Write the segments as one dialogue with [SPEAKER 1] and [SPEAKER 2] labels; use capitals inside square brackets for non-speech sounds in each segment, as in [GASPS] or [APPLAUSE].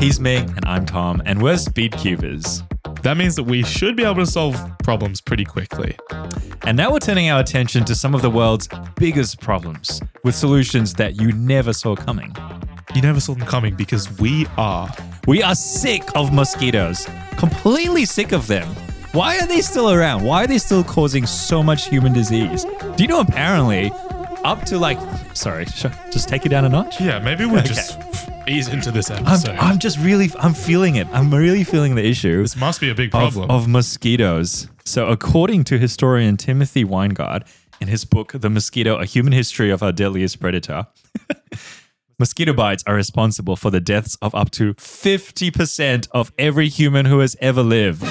[SPEAKER 1] He's me, and I'm Tom, and we're speed cubers.
[SPEAKER 2] That means that we should be able to solve problems pretty quickly.
[SPEAKER 1] And now we're turning our attention to some of the world's biggest problems with solutions that you never saw coming.
[SPEAKER 2] You never saw them coming because we are.
[SPEAKER 1] We are sick of mosquitoes, completely sick of them. Why are they still around? Why are they still causing so much human disease? Do you know apparently up to like, sorry, sh- just take it down a notch?
[SPEAKER 2] Yeah, maybe we'll just ease into this
[SPEAKER 1] I'm,
[SPEAKER 2] episode.
[SPEAKER 1] I'm just really, I'm feeling it. I'm really feeling the issue.
[SPEAKER 2] this must be a big
[SPEAKER 1] of,
[SPEAKER 2] problem.
[SPEAKER 1] of mosquitoes. So, according to historian Timothy Weingard in his book, The Mosquito A Human History of Our Deadliest Predator, [LAUGHS] mosquito bites are responsible for the deaths of up to 50% of every human who has ever lived.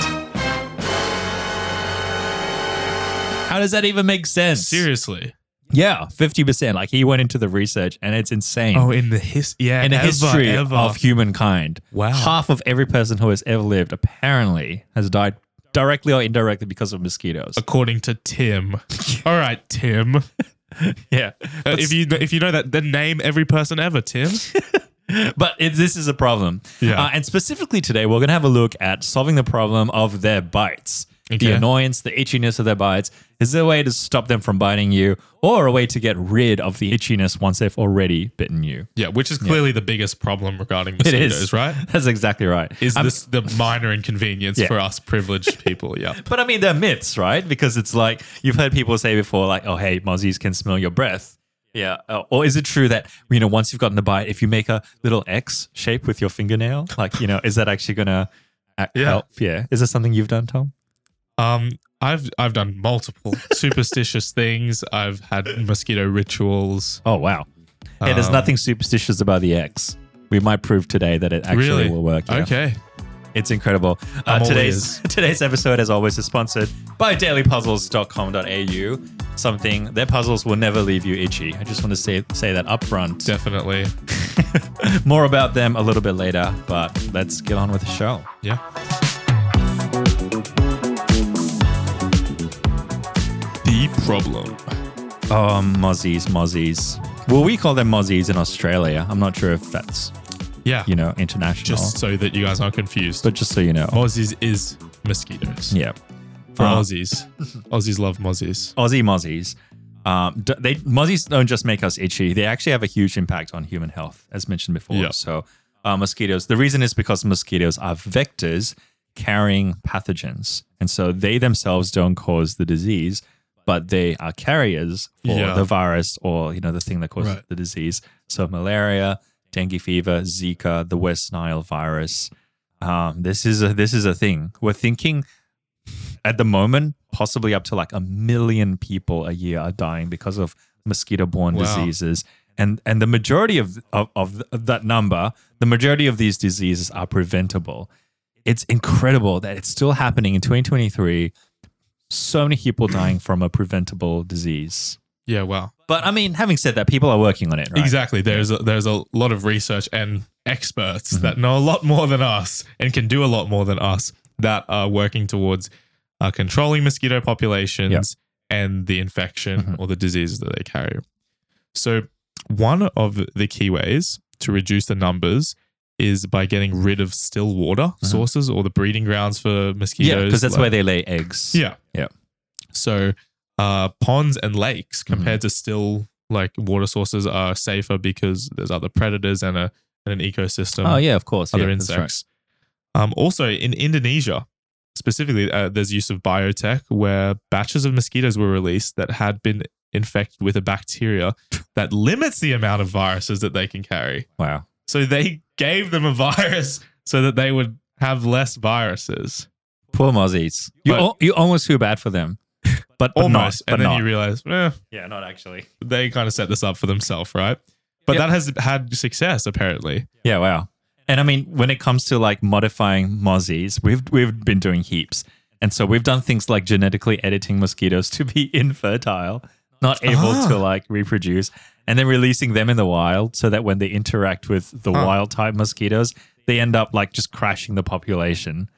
[SPEAKER 1] How does that even make sense?
[SPEAKER 2] Seriously.
[SPEAKER 1] Yeah, 50%. Like he went into the research and it's insane.
[SPEAKER 2] Oh, in the his yeah,
[SPEAKER 1] in the
[SPEAKER 2] ever,
[SPEAKER 1] history
[SPEAKER 2] ever.
[SPEAKER 1] of humankind.
[SPEAKER 2] Wow.
[SPEAKER 1] Half of every person who has ever lived apparently has died directly or indirectly because of mosquitoes.
[SPEAKER 2] according to Tim. All right, Tim. Uh, [LAUGHS]
[SPEAKER 1] Yeah. But,
[SPEAKER 2] if you if you know that, then name every person ever, Tim.
[SPEAKER 1] but it, this is a problem.
[SPEAKER 2] Yeah.
[SPEAKER 1] Uh, and specifically today, we're going to have a look at solving the problem of their bites. The
[SPEAKER 2] Okay.
[SPEAKER 1] annoyance, the itchiness of their bites. Is there a way to stop them from biting you or a way to get rid of the itchiness once they've already bitten you?
[SPEAKER 2] yeah, which is clearly the biggest problem regarding
[SPEAKER 1] It
[SPEAKER 2] mosquitoes,
[SPEAKER 1] is.
[SPEAKER 2] right?
[SPEAKER 1] [LAUGHS] That's exactly right.
[SPEAKER 2] Is
[SPEAKER 1] I'm-
[SPEAKER 2] this the minor inconvenience
[SPEAKER 1] Yeah.
[SPEAKER 2] for us privileged people? Yeah.
[SPEAKER 1] But I mean, they're myths, right? Because it's like you've heard people say before, like, "Oh, hey, mozzies can smell your breath." Yeah. Uh, or is it true that you know once you've gotten the bite, if you make a little X shape with your fingernail, like you know, is that actually gonna a-
[SPEAKER 2] Yeah.
[SPEAKER 1] help? Yeah. Is that something you've done, Tom?
[SPEAKER 2] Um, I've I've done
[SPEAKER 1] [LAUGHS]
[SPEAKER 2] multiple superstitious things. I've had mosquito rituals.
[SPEAKER 1] Oh wow. Hey, there's
[SPEAKER 2] Um,
[SPEAKER 1] nothing superstitious about the X. We might prove today that it actually
[SPEAKER 2] really
[SPEAKER 1] will work. yeah.
[SPEAKER 2] Okay.
[SPEAKER 1] It's incredible. Uh,
[SPEAKER 2] I'm all
[SPEAKER 1] today's [LAUGHS] today's episode, as always, is sponsored by dailypuzzles.com.au. Something their puzzles will never leave you itchy. I just want to say say that up front.
[SPEAKER 2] Definitely.
[SPEAKER 1] More about them a little bit later, but let's get on with the show.
[SPEAKER 2] Yeah. The problem.
[SPEAKER 1] Oh, mozzies, mozzies. Well, we call them mozzies in Australia. I'm not sure if that's
[SPEAKER 2] Yeah.
[SPEAKER 1] you know international,
[SPEAKER 2] Just so that you guys aren't confused.
[SPEAKER 1] but just so you know,
[SPEAKER 2] Mozzies is mosquitoes.
[SPEAKER 1] yeah.
[SPEAKER 2] For
[SPEAKER 1] Uh,
[SPEAKER 2] Aussies.
[SPEAKER 1] [LAUGHS]
[SPEAKER 2] Aussies love mozzies.
[SPEAKER 1] Aussie mozzies. Um, d- they mozzies don't just make us itchy; they actually have a huge impact on human health, as mentioned before.
[SPEAKER 2] Yeah.
[SPEAKER 1] So, uh, mosquitoes. The reason is because mosquitoes are vectors carrying pathogens, and so they themselves don't cause the disease, but they are carriers for
[SPEAKER 2] Yeah.
[SPEAKER 1] the virus or you know the thing that causes
[SPEAKER 2] Right.
[SPEAKER 1] the disease. So, malaria, dengue fever, Zika, the West Nile virus. Um, this is a this is a thing. We're thinking at the moment, possibly up to like a million people a year are dying because of mosquito-borne
[SPEAKER 2] Wow.
[SPEAKER 1] diseases. And and the majority of, of of that number, the majority of these diseases are preventable. It's incredible that it's still happening in 2023. So many people dying from a preventable disease.
[SPEAKER 2] Yeah, wow.
[SPEAKER 1] But I mean, having said that, people are working on it, right?
[SPEAKER 2] Exactly. There's a, there's a lot of research and experts
[SPEAKER 1] Mm-hmm.
[SPEAKER 2] that know a lot more than us and can do a lot more than us that are working towards uh, controlling mosquito populations and the infection
[SPEAKER 1] Mhm.
[SPEAKER 2] or the diseases that they carry. So, one of the key ways to reduce the numbers is by getting rid of still water sources or the breeding grounds for mosquitoes.
[SPEAKER 1] Mm-hmm. Yeah, because that's
[SPEAKER 2] like-
[SPEAKER 1] where they lay eggs.
[SPEAKER 2] Yeah.
[SPEAKER 1] Yeah.
[SPEAKER 2] So uh, ponds and lakes
[SPEAKER 1] Mm-hmm.
[SPEAKER 2] compared to still like water sources are safer because there's other predators and a and an ecosystem,
[SPEAKER 1] Oh yeah, of course.
[SPEAKER 2] other
[SPEAKER 1] yeah, that's right.
[SPEAKER 2] insects. Um, also in Indonesia, specifically, uh, there's use of biotech where batches of mosquitoes were released that had been infected with
[SPEAKER 1] [LAUGHS]
[SPEAKER 2] a bacteria that limits the amount of viruses that they can carry.
[SPEAKER 1] Wow.
[SPEAKER 2] So they gave them a [LAUGHS] virus so that they would have less viruses.
[SPEAKER 1] Poor Mozzies. You
[SPEAKER 2] But-
[SPEAKER 1] al- you almost feel bad for them, [LAUGHS] but, but
[SPEAKER 2] Almost.
[SPEAKER 1] not. But
[SPEAKER 2] and then
[SPEAKER 1] not.
[SPEAKER 2] you realize, eh,
[SPEAKER 1] yeah, not actually.
[SPEAKER 2] they kind of set this up for themselves, right? But
[SPEAKER 1] Yep.
[SPEAKER 2] that has had success apparently.
[SPEAKER 1] Yeah, wow. And I mean, when it comes to like modifying mozzies, we've we've been doing heaps, and so we've done things like genetically editing mosquitoes to be [LAUGHS] infertile, not able
[SPEAKER 2] Ah.
[SPEAKER 1] to like reproduce, and then releasing them in the wild so that when they interact with the
[SPEAKER 2] Huh.
[SPEAKER 1] wild type mosquitoes, they end up like just crashing the population.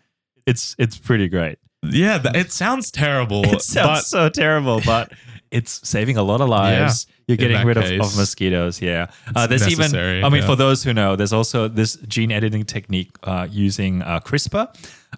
[SPEAKER 1] It's it's pretty great. [LAUGHS]
[SPEAKER 2] Yeah, that, it sounds terrible.
[SPEAKER 1] It sounds so terrible, but it's saving a lot of lives. You're
[SPEAKER 2] in
[SPEAKER 1] getting
[SPEAKER 2] that
[SPEAKER 1] rid of,
[SPEAKER 2] case.
[SPEAKER 1] of mosquitoes. Yeah. Uh,
[SPEAKER 2] It's
[SPEAKER 1] there's
[SPEAKER 2] necessary,
[SPEAKER 1] even, I mean,
[SPEAKER 2] yeah.
[SPEAKER 1] for those who know, there's also this gene editing technique uh, using uh, CRISPR.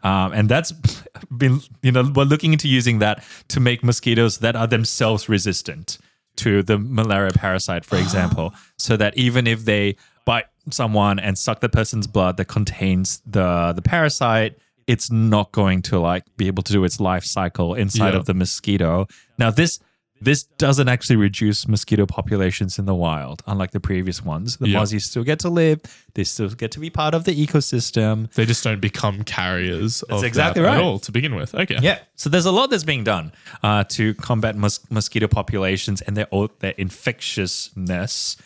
[SPEAKER 1] Um, and that's [LAUGHS] been, you know, we're looking into using that to make mosquitoes that are themselves resistant to the malaria parasite, for example, so that even if they bite someone and suck the person's blood that contains the the parasite, it's not going to like be able to do its life cycle inside
[SPEAKER 2] Yeah.
[SPEAKER 1] of the mosquito. Now this this doesn't actually reduce mosquito populations in the wild, unlike the previous ones. The
[SPEAKER 2] Yeah.
[SPEAKER 1] mozzies still get to live; they still get to be part of the ecosystem.
[SPEAKER 2] They just don't become carriers
[SPEAKER 1] That's
[SPEAKER 2] of
[SPEAKER 1] exactly
[SPEAKER 2] that
[SPEAKER 1] right.
[SPEAKER 2] at all to begin with. Okay.
[SPEAKER 1] Yeah. So there's a lot that's being done uh, to combat mos- mosquito populations and their their infectiousness.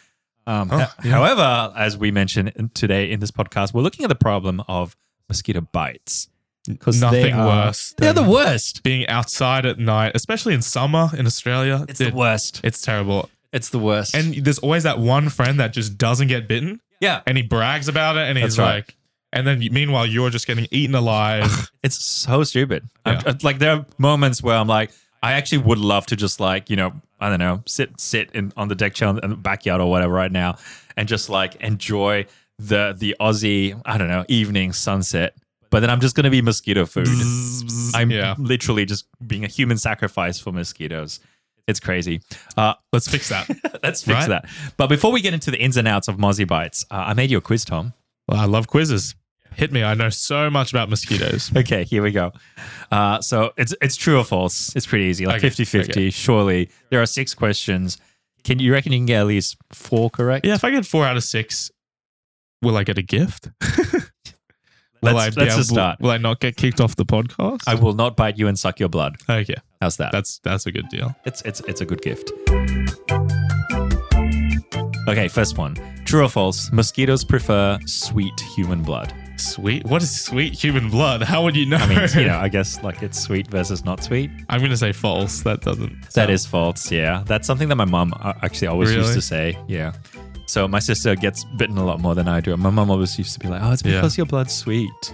[SPEAKER 1] Um, ho- However, as we mentioned in- today in this podcast, we're looking at the problem of mosquito bites because
[SPEAKER 2] Nothing worse
[SPEAKER 1] They're the
[SPEAKER 2] than-
[SPEAKER 1] worst.
[SPEAKER 2] Being outside at night, especially in summer in Australia,
[SPEAKER 1] It's
[SPEAKER 2] it-
[SPEAKER 1] the worst.
[SPEAKER 2] it's terrible.
[SPEAKER 1] It's the worst.
[SPEAKER 2] And there's always that one friend that just doesn't get bitten
[SPEAKER 1] yeah,
[SPEAKER 2] and he brags about it and
[SPEAKER 1] That's
[SPEAKER 2] he's
[SPEAKER 1] right.
[SPEAKER 2] like, and then meanwhile, you're just getting eaten alive.
[SPEAKER 1] [LAUGHS] it's so stupid. I'm-
[SPEAKER 2] Yeah.
[SPEAKER 1] like there are moments where I'm like, I actually would love to just like you know I don't know sit sit in on the deck chair in the backyard or whatever right now and just like enjoy the the Aussie I don't know evening sunset. But then I'm just gonna be mosquito food. I'm
[SPEAKER 2] yeah.
[SPEAKER 1] literally just being a human sacrifice for mosquitoes. It's crazy. Uh, [LAUGHS]
[SPEAKER 2] Let's fix that.
[SPEAKER 1] let's fix
[SPEAKER 2] Right.
[SPEAKER 1] that. But before we get into the ins and outs of mozzie bites, uh, I made you a quiz, Tom.
[SPEAKER 2] Well, I love quizzes. Hit me. I know so much about mosquitoes.
[SPEAKER 1] [LAUGHS] Okay, here we go. Uh, so it's it's true or false. It's pretty easy, like
[SPEAKER 2] Okay,
[SPEAKER 1] 50 50. Surely there are six questions. Can you reckon you can get at least four correct?
[SPEAKER 2] yeah, if I get four out of six, will I get a gift? [LAUGHS] Will
[SPEAKER 1] let's,
[SPEAKER 2] I
[SPEAKER 1] let's
[SPEAKER 2] be
[SPEAKER 1] just
[SPEAKER 2] able-
[SPEAKER 1] start.
[SPEAKER 2] Will I not get kicked off the podcast?
[SPEAKER 1] I will not bite you and suck your blood.
[SPEAKER 2] okay,
[SPEAKER 1] How's that?
[SPEAKER 2] that's that's a good deal.
[SPEAKER 1] It's it's it's a good gift. Okay, first one. True or false? Mosquitoes prefer sweet human blood.
[SPEAKER 2] Sweet. What is sweet human blood? How would you know?
[SPEAKER 1] I mean, you know, I guess like it's sweet versus not sweet.
[SPEAKER 2] [LAUGHS] I'm gonna say false. That doesn't.
[SPEAKER 1] That
[SPEAKER 2] sound-
[SPEAKER 1] is false. Yeah, that's something that my mom uh, actually always used
[SPEAKER 2] Really?
[SPEAKER 1] to say. Yeah. So my sister gets bitten a lot more than I do. My mom always used to be like, "Oh, it's
[SPEAKER 2] Yeah.
[SPEAKER 1] because your blood's sweet,"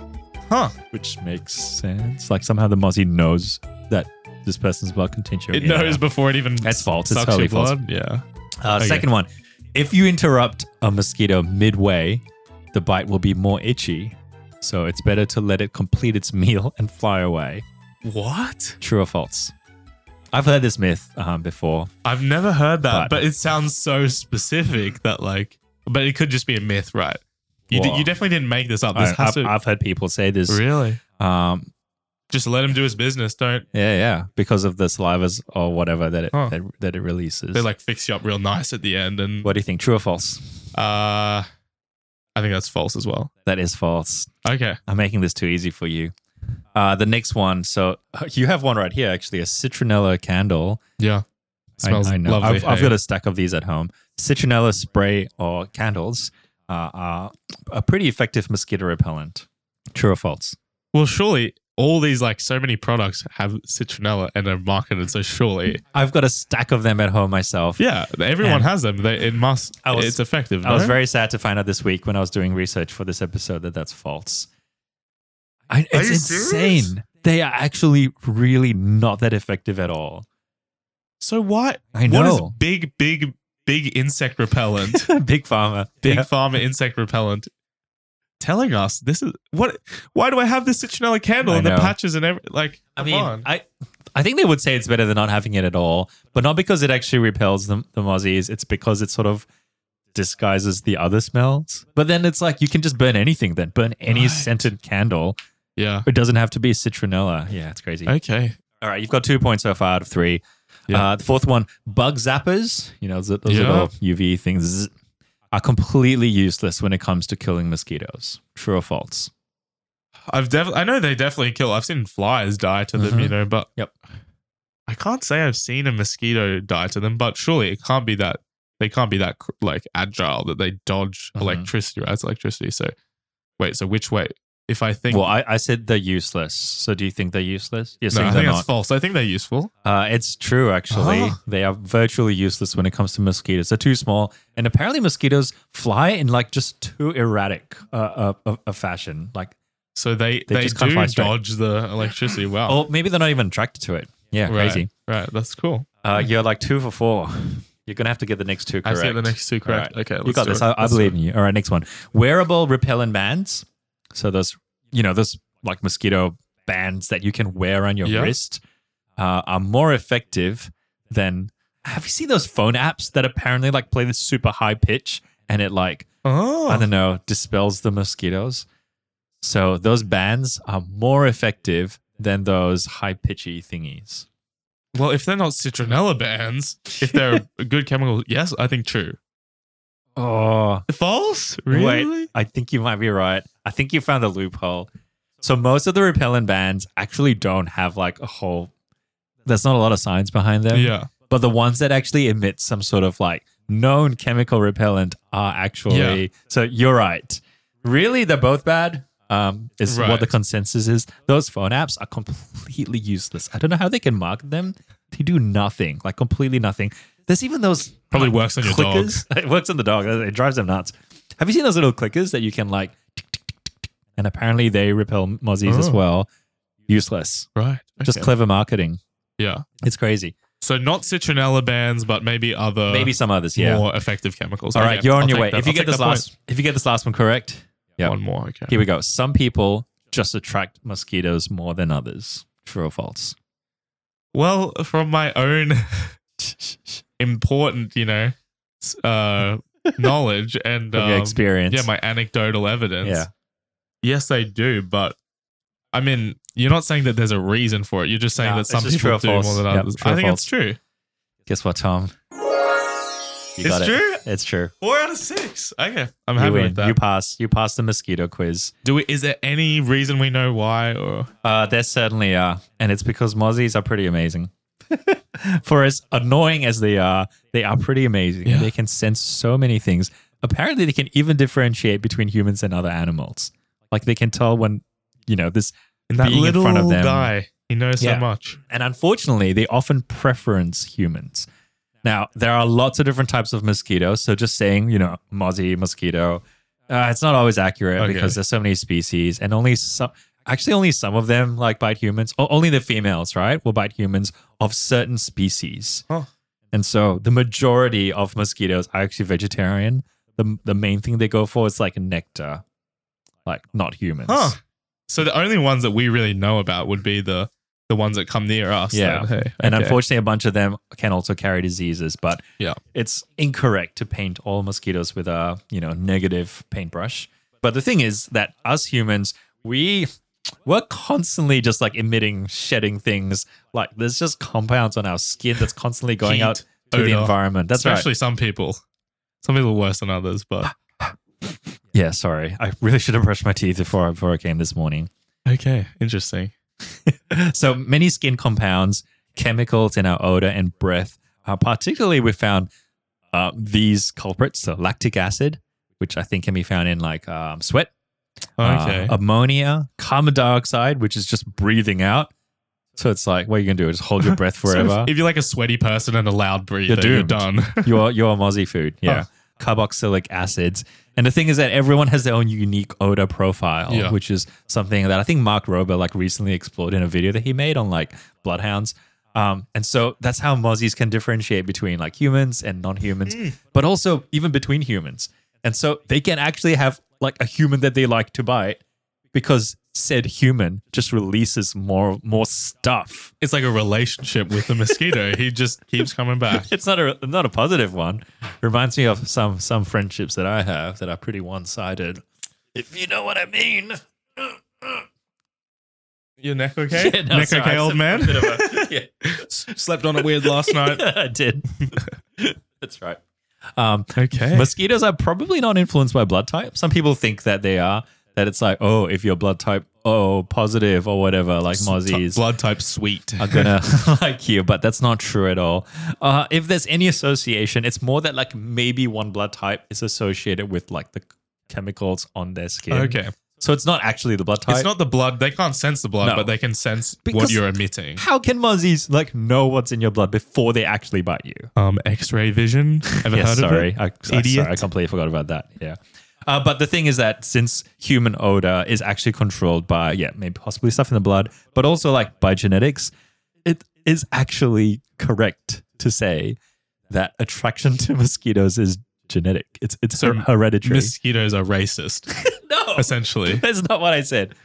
[SPEAKER 2] huh?
[SPEAKER 1] which makes sense. Like somehow the mozzie knows that this person's blood contains your.
[SPEAKER 2] It
[SPEAKER 1] Yeah.
[SPEAKER 2] knows before it even.
[SPEAKER 1] That's false. It's
[SPEAKER 2] sucks
[SPEAKER 1] totally
[SPEAKER 2] your
[SPEAKER 1] false.
[SPEAKER 2] blood. Yeah.
[SPEAKER 1] Uh,
[SPEAKER 2] Okay.
[SPEAKER 1] Second one, if you interrupt a mosquito midway, the bite will be more itchy. So it's better to let it complete its [LAUGHS] meal and fly away.
[SPEAKER 2] What?
[SPEAKER 1] True or false? I've heard this myth um, before.
[SPEAKER 2] I've never heard
[SPEAKER 1] But-
[SPEAKER 2] that, but, it sounds so specific that like, but it could just be a myth, right? You, d-
[SPEAKER 1] Whoa.
[SPEAKER 2] you definitely didn't make this up. This
[SPEAKER 1] I,
[SPEAKER 2] has
[SPEAKER 1] have
[SPEAKER 2] to
[SPEAKER 1] I've heard people say this.
[SPEAKER 2] really.
[SPEAKER 1] Um,
[SPEAKER 2] Just let him do his business. Don't
[SPEAKER 1] Yeah, yeah, because of the salivas or whatever that it
[SPEAKER 2] Huh.
[SPEAKER 1] that, that it releases.
[SPEAKER 2] they like fix you up real nice at the end? And
[SPEAKER 1] what do you think? True or false?
[SPEAKER 2] uh, I think that's false as well.
[SPEAKER 1] That is false.
[SPEAKER 2] Okay.
[SPEAKER 1] I'm making this too easy for you. Uh, the next one. So uh, you have one right here, actually, a citronella candle.
[SPEAKER 2] Yeah.
[SPEAKER 1] I-
[SPEAKER 2] Smells
[SPEAKER 1] I, know.
[SPEAKER 2] lovely.
[SPEAKER 1] I've, I've
[SPEAKER 2] hey?
[SPEAKER 1] got a stack of these at home. Citronella spray or candles uh, are a pretty effective mosquito repellent. True or false?
[SPEAKER 2] Well, surely all these like so many products have citronella and are marketed. So surely,
[SPEAKER 1] I've got a stack of them at home myself.
[SPEAKER 2] yeah, everyone
[SPEAKER 1] And-
[SPEAKER 2] has them. They, it must.
[SPEAKER 1] I was-
[SPEAKER 2] it's effective.
[SPEAKER 1] I was
[SPEAKER 2] no?
[SPEAKER 1] very sad to find out this week when I was doing research for this episode that that's false. I,
[SPEAKER 2] Are
[SPEAKER 1] it's
[SPEAKER 2] you
[SPEAKER 1] insane.
[SPEAKER 2] serious?
[SPEAKER 1] They are actually really not that effective at all.
[SPEAKER 2] So what?
[SPEAKER 1] I
[SPEAKER 2] What is
[SPEAKER 1] [LAUGHS] know.
[SPEAKER 2] big, big, big
[SPEAKER 1] [LAUGHS]
[SPEAKER 2] insect repellent?
[SPEAKER 1] Big Pharma.
[SPEAKER 2] big
[SPEAKER 1] Yeah.
[SPEAKER 2] pharma insect repellent. Telling us this is what? Why do I have this citronella candle
[SPEAKER 1] I
[SPEAKER 2] and the
[SPEAKER 1] know.
[SPEAKER 2] patches and every like?
[SPEAKER 1] I
[SPEAKER 2] come
[SPEAKER 1] mean,
[SPEAKER 2] on.
[SPEAKER 1] I I think they would say it's better than not having it at all, but not because it actually repels the, the mozzies. It's because it sort of disguises the other smells. But then it's like you can just burn anything then. Burn any
[SPEAKER 2] Right.
[SPEAKER 1] scented candle.
[SPEAKER 2] yeah.
[SPEAKER 1] It doesn't have to be citronella. Yeah, it's crazy.
[SPEAKER 2] Okay.
[SPEAKER 1] All right, you've got two points so far out of three.
[SPEAKER 2] Yeah.
[SPEAKER 1] Uh, the fourth one, bug zappers, you know, those, those
[SPEAKER 2] Yeah.
[SPEAKER 1] little UV things, zzz, are completely useless when it comes to killing mosquitoes. True or false?
[SPEAKER 2] I've definitely. I know they definitely kill. I've seen flies die to them,
[SPEAKER 1] Mhm.
[SPEAKER 2] you know, but
[SPEAKER 1] Yep.
[SPEAKER 2] I can't say I've seen a mosquito die to them, but surely it can't be that they can't be that cr- like agile that they dodge
[SPEAKER 1] Mhm.
[SPEAKER 2] electricity, right? It's electricity. So wait, so which way? If I think
[SPEAKER 1] Well, I, I said they're useless. So do you think they're useless? You're
[SPEAKER 2] no,
[SPEAKER 1] saying
[SPEAKER 2] I
[SPEAKER 1] they're
[SPEAKER 2] think that's
[SPEAKER 1] not.
[SPEAKER 2] false. I think they're useful.
[SPEAKER 1] Uh, it's true, actually.
[SPEAKER 2] Oh.
[SPEAKER 1] They are virtually useless when it comes to mosquitoes. They're too small. And apparently, mosquitoes fly in like just too erratic uh, a, a, a uh, fashion. Like
[SPEAKER 2] So they
[SPEAKER 1] They
[SPEAKER 2] they,
[SPEAKER 1] just can't Oh.
[SPEAKER 2] do
[SPEAKER 1] fly straight.
[SPEAKER 2] dodge the
[SPEAKER 1] [LAUGHS]
[SPEAKER 2] electricity. Wow.
[SPEAKER 1] Or maybe they're not even attracted to it. Yeah,
[SPEAKER 2] Oh. right,
[SPEAKER 1] crazy.
[SPEAKER 2] Right. That's cool.
[SPEAKER 1] Uh, you're like two for four. You're gonna have to get the next two
[SPEAKER 2] Hmm. I have
[SPEAKER 1] correct.
[SPEAKER 2] to get the next two correct.
[SPEAKER 1] All
[SPEAKER 2] Okay.
[SPEAKER 1] you
[SPEAKER 2] let's
[SPEAKER 1] got
[SPEAKER 2] do
[SPEAKER 1] this.
[SPEAKER 2] it.
[SPEAKER 1] I, I
[SPEAKER 2] Let's do
[SPEAKER 1] believe
[SPEAKER 2] it.
[SPEAKER 1] in you. All right, next one. Wearable repellent bands. So those, you know, those like mosquito bands that you can wear on your
[SPEAKER 2] Yeah.
[SPEAKER 1] wrist uh, are more effective than. Have you seen those phone apps that apparently like play this super high pitch and it like
[SPEAKER 2] Oh.
[SPEAKER 1] I don't know dispels the mosquitoes? So those bands are more effective than those high pitchy thingies.
[SPEAKER 2] Well, if they're not citronella bands, if
[SPEAKER 1] [LAUGHS]
[SPEAKER 2] they're good chemicals, yes, I think true.
[SPEAKER 1] Oh,
[SPEAKER 2] False?
[SPEAKER 1] Wait.
[SPEAKER 2] Really?
[SPEAKER 1] I think you might be right. I think you found the loophole. So most of the repellent bands actually don't have like a whole. There's not a lot of science behind them.
[SPEAKER 2] Yeah.
[SPEAKER 1] But the ones that actually emit some sort of like known chemical repellent are actually. So you're right. Really, they're both bad. Um, is what
[SPEAKER 2] Right.
[SPEAKER 1] the consensus is. Those phone apps are completely useless. I don't know how they can market them. They do nothing, like completely nothing. There's even those
[SPEAKER 2] Probably
[SPEAKER 1] like,
[SPEAKER 2] works on your dog.
[SPEAKER 1] clickers. [LAUGHS] It works on the dog. It drives them nuts. Have you seen those little clickers that you can like? tick, tick, tick, tick, tick, And apparently they repel mozzies as
[SPEAKER 2] Oh.
[SPEAKER 1] well. Useless.
[SPEAKER 2] Right.
[SPEAKER 1] Just
[SPEAKER 2] okay.
[SPEAKER 1] clever marketing.
[SPEAKER 2] Yeah.
[SPEAKER 1] It's crazy.
[SPEAKER 2] So not citronella bands, but maybe other
[SPEAKER 1] Maybe some others. Yeah.
[SPEAKER 2] more effective chemicals.
[SPEAKER 1] All
[SPEAKER 2] Okay,
[SPEAKER 1] right, you're on
[SPEAKER 2] I'll
[SPEAKER 1] your
[SPEAKER 2] take
[SPEAKER 1] way.
[SPEAKER 2] that-
[SPEAKER 1] If you
[SPEAKER 2] I'll
[SPEAKER 1] get
[SPEAKER 2] take
[SPEAKER 1] this
[SPEAKER 2] that point.
[SPEAKER 1] last, if you get this last one correct, yeah.
[SPEAKER 2] one more. Okay.
[SPEAKER 1] here we go. Some people just attract mosquitoes more than others. True or
[SPEAKER 2] [LAUGHS]
[SPEAKER 1] false?
[SPEAKER 2] Well, from my own [LAUGHS] important, you know, s-
[SPEAKER 1] [LAUGHS]
[SPEAKER 2] uh, knowledge and
[SPEAKER 1] From your
[SPEAKER 2] um,
[SPEAKER 1] experience.
[SPEAKER 2] yeah, my anecdotal evidence.
[SPEAKER 1] Yeah.
[SPEAKER 2] Yes, they do, but I mean, you're not saying that there's a reason for it. You're just saying
[SPEAKER 1] No,
[SPEAKER 2] that
[SPEAKER 1] it's
[SPEAKER 2] some
[SPEAKER 1] just true
[SPEAKER 2] people
[SPEAKER 1] or
[SPEAKER 2] do
[SPEAKER 1] false.
[SPEAKER 2] more than
[SPEAKER 1] Yeah,
[SPEAKER 2] others.
[SPEAKER 1] true or
[SPEAKER 2] I think
[SPEAKER 1] false.
[SPEAKER 2] it's true.
[SPEAKER 1] Guess what, Tom? You
[SPEAKER 2] it's
[SPEAKER 1] got it.
[SPEAKER 2] true.
[SPEAKER 1] It's true.
[SPEAKER 2] Four out of six. Okay, I'm
[SPEAKER 1] you
[SPEAKER 2] happy
[SPEAKER 1] win.
[SPEAKER 2] with that.
[SPEAKER 1] You pass. You pass the mosquito quiz.
[SPEAKER 2] do we? Is there any reason we know why? Or
[SPEAKER 1] Uh, there certainly are, and it's because mozzies are pretty amazing. [LAUGHS] For as annoying as they are, they are pretty amazing.
[SPEAKER 2] Yeah.
[SPEAKER 1] They can sense so many things. Apparently, they can even differentiate between humans and other animals. Like they can tell when you know this
[SPEAKER 2] in that
[SPEAKER 1] Being in
[SPEAKER 2] little
[SPEAKER 1] front of them.
[SPEAKER 2] guy, he knows
[SPEAKER 1] Yeah.
[SPEAKER 2] so much.
[SPEAKER 1] and unfortunately, they often preference humans. Now, there are lots of different types of mosquitoes, so just saying, you know, mozzie mosquito, uh, it's not always accurate
[SPEAKER 2] Okay.
[SPEAKER 1] because there's so many species, and only some, actually, only some of them like bite humans. O- only the females, right, will bite humans of certain species.
[SPEAKER 2] Oh.
[SPEAKER 1] And so, the majority of mosquitoes are actually vegetarian. The the main thing they go for is like nectar, like not humans.
[SPEAKER 2] Huh. So the only ones that we really know about would be the the ones that come near us.
[SPEAKER 1] Yeah.
[SPEAKER 2] that, hey,
[SPEAKER 1] And
[SPEAKER 2] okay.
[SPEAKER 1] unfortunately, a bunch of them can also carry diseases. But
[SPEAKER 2] Yeah.
[SPEAKER 1] it's incorrect to paint all mosquitoes with a you know negative paintbrush. But the thing is that us humans, we we're constantly just like emitting, shedding things. Like there's just compounds on our skin that's constantly going
[SPEAKER 2] Heat,
[SPEAKER 1] out to the
[SPEAKER 2] odor,
[SPEAKER 1] environment. That's right.
[SPEAKER 2] especially some people. Some people are worse than others, but
[SPEAKER 1] Yeah, sorry. I really should have brushed my teeth before I, before I came this morning.
[SPEAKER 2] [GASPS] okay, interesting.
[SPEAKER 1] so many skin compounds, chemicals in our odor and breath. Uh, particularly, we found uh, these culprits: so lactic acid, which I think can be found in like um, sweat, uh,
[SPEAKER 2] Okay,
[SPEAKER 1] ammonia, carbon dioxide, which is just breathing out. So it's like, what are you gonna do? Just hold
[SPEAKER 2] [LAUGHS]
[SPEAKER 1] your breath
[SPEAKER 2] So if-
[SPEAKER 1] forever.
[SPEAKER 2] if, you're like a sweaty person and a loud breather, you're,
[SPEAKER 1] doomed.
[SPEAKER 2] done. [LAUGHS]
[SPEAKER 1] [LAUGHS] you're you're mozzie food, yeah.
[SPEAKER 2] Huh.
[SPEAKER 1] Carboxylic acids, and the thing is that everyone has their own unique odor profile,
[SPEAKER 2] Yeah.
[SPEAKER 1] which is something that I think Mark Rober like recently explored in a video that he made on like bloodhounds. Um, and so that's how mozzies can differentiate between like humans and non-humans, but also even between humans. And so they can actually have like a human that they like to bite because said human just releases more more stuff.
[SPEAKER 2] it's like a relationship with
[SPEAKER 1] [LAUGHS]
[SPEAKER 2] the mosquito. he just keeps coming back.
[SPEAKER 1] it's not a not a positive one. Reminds me of some some friendships that I have that are pretty one sided. If you know what I mean.
[SPEAKER 2] Your neck okay?
[SPEAKER 1] [LAUGHS] Yeah, no,
[SPEAKER 2] neck
[SPEAKER 1] sorry,
[SPEAKER 2] okay,
[SPEAKER 1] I
[SPEAKER 2] old
[SPEAKER 1] said
[SPEAKER 2] man.
[SPEAKER 1] a [LAUGHS] bit of a-
[SPEAKER 2] [LAUGHS]
[SPEAKER 1] yeah.
[SPEAKER 2] Slept on it weird
[SPEAKER 1] [LAUGHS]
[SPEAKER 2] last night.
[SPEAKER 1] I did. That's right. Um,
[SPEAKER 2] Okay.
[SPEAKER 1] Mosquitoes are probably not influenced by blood type. Some people think that they are. That it's like, oh, if you're blood type, oh, positive or whatever, like mozzies.
[SPEAKER 2] Blood type sweet.
[SPEAKER 1] are
[SPEAKER 2] [LAUGHS]
[SPEAKER 1] gonna [LAUGHS] like you, but that's not true at all. Uh, if there's any association, it's more that like maybe one blood type is associated with like the chemicals on their skin.
[SPEAKER 2] Okay.
[SPEAKER 1] so it's not actually the blood type.
[SPEAKER 2] It's not the blood. They can't sense the blood,
[SPEAKER 1] No.
[SPEAKER 2] but they can sense what
[SPEAKER 1] Because-
[SPEAKER 2] you're emitting.
[SPEAKER 1] How can mozzies like know what's in your blood before they actually bite you?
[SPEAKER 2] Um, X-ray vision. Ever
[SPEAKER 1] Yes, [LAUGHS]
[SPEAKER 2] heard
[SPEAKER 1] sorry.
[SPEAKER 2] of it?
[SPEAKER 1] I, I- sorry, I
[SPEAKER 2] Idiot.
[SPEAKER 1] completely forgot about that. Yeah. Uh, but the thing is that since human odor is actually controlled by, yeah, maybe possibly stuff in the blood, but also like by genetics, it is actually correct to say that attraction to mosquitoes is genetic. It's it's
[SPEAKER 2] So
[SPEAKER 1] her- hereditary.
[SPEAKER 2] Mosquitoes are racist,
[SPEAKER 1] [LAUGHS] no,
[SPEAKER 2] essentially.
[SPEAKER 1] [LAUGHS] that's not what I said.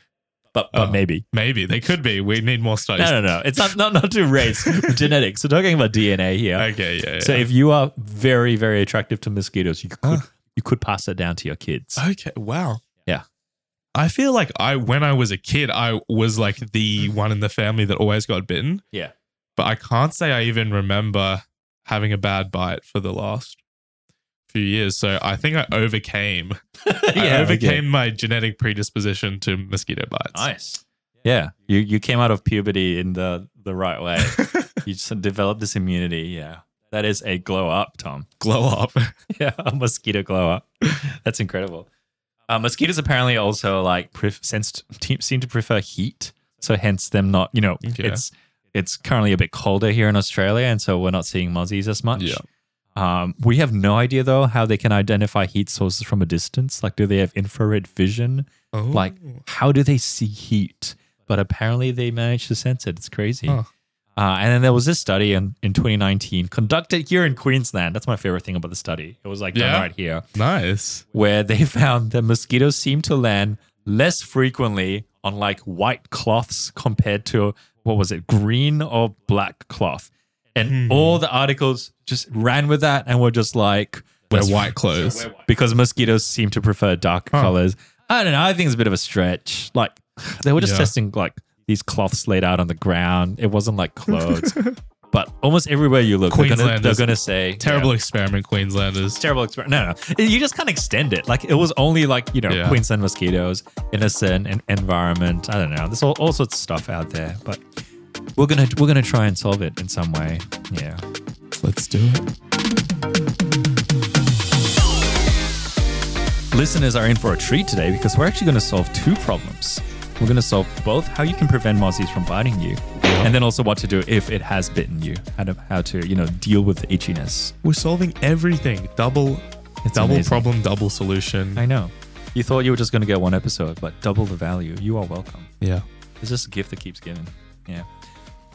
[SPEAKER 1] But but
[SPEAKER 2] Oh.
[SPEAKER 1] maybe.
[SPEAKER 2] Maybe they could be. We need more studies.
[SPEAKER 1] No, no, no. It's not not not to race
[SPEAKER 2] [LAUGHS]
[SPEAKER 1] genetics. We're talking about DNA here.
[SPEAKER 2] Okay, yeah. yeah.
[SPEAKER 1] So if you are very very attractive to mosquitoes, you could
[SPEAKER 2] Huh. Oh,
[SPEAKER 1] you could pass that down to your kids.
[SPEAKER 2] Okay. Wow.
[SPEAKER 1] Yeah.
[SPEAKER 2] I feel like I when I was a kid, I was like the one in the family that always got bitten.
[SPEAKER 1] Yeah.
[SPEAKER 2] But I can't say I even remember having a bad bite for the last few years. So I think I [LAUGHS] overcame. I overcame my genetic predisposition to mosquito bites.
[SPEAKER 1] Nice. Yeah, you you came out of puberty in the the right way. you [LAUGHS] just developed this immunity. Yeah, that is a glow up, Tom.
[SPEAKER 2] [LAUGHS] Glow up.
[SPEAKER 1] [LAUGHS] Yeah, a mosquito glow up. That's incredible. Uh, mosquitoes apparently also like pref- sense te- seem to prefer heat, so hence them not. You know,
[SPEAKER 2] Okay.
[SPEAKER 1] it's it's currently a bit colder here in Australia, and so we're not seeing mozzies as much.
[SPEAKER 2] Yeah.
[SPEAKER 1] Um, we have no idea though how they can identify heat sources from a distance. Like, do they have infrared vision?
[SPEAKER 2] Oh.
[SPEAKER 1] Like, how do they see heat? But apparently they managed to sense it. It's crazy.
[SPEAKER 2] Huh.
[SPEAKER 1] Uh, and then there was this study in, in 2019 conducted here in Queensland. That's my favorite thing about the study. It was like
[SPEAKER 2] Yeah?
[SPEAKER 1] done right here,
[SPEAKER 2] nice.
[SPEAKER 1] where they [LAUGHS] found that mosquitoes seem to land less frequently on like white cloths compared to what was it, green or black cloth. And
[SPEAKER 2] Hmm.
[SPEAKER 1] all the articles just ran with that and were just like,
[SPEAKER 2] Wear
[SPEAKER 1] "Let's
[SPEAKER 2] white clothes.
[SPEAKER 1] because mosquitoes seem to prefer dark
[SPEAKER 2] Huh.
[SPEAKER 1] colors. I don't know. I think it's a bit of a stretch. Like they were just
[SPEAKER 2] Yeah.
[SPEAKER 1] testing like these cloths laid out on the ground. It wasn't like
[SPEAKER 2] [LAUGHS]
[SPEAKER 1] clothes, but almost everywhere you look, they're gonna, they're
[SPEAKER 2] Queenslanders.
[SPEAKER 1] gonna say
[SPEAKER 2] Terrible
[SPEAKER 1] yeah,
[SPEAKER 2] experiment, Queenslanders.
[SPEAKER 1] terrible experiment. No, no, you just can't extend it. Like it was only like you know
[SPEAKER 2] Yeah.
[SPEAKER 1] Queensland mosquitoes, innocent en- environment. I don't know. There's all, all sorts of stuff out there, but we're gonna we're gonna try and solve it in some way. Yeah.
[SPEAKER 2] Let's do it.
[SPEAKER 1] Listeners are in for a treat today because we're actually going to solve two problems. We're going to solve both how you can prevent mozzies from biting you, and then also what to do if it has bitten you, how to how to you know deal with the itchiness.
[SPEAKER 2] We're solving everything. Double, double
[SPEAKER 1] amazing.
[SPEAKER 2] problem, double solution.
[SPEAKER 1] I know. You thought you were just going to get one episode, but double the value. You are welcome.
[SPEAKER 2] yeah.
[SPEAKER 1] It's just a gift that keeps giving. Yeah.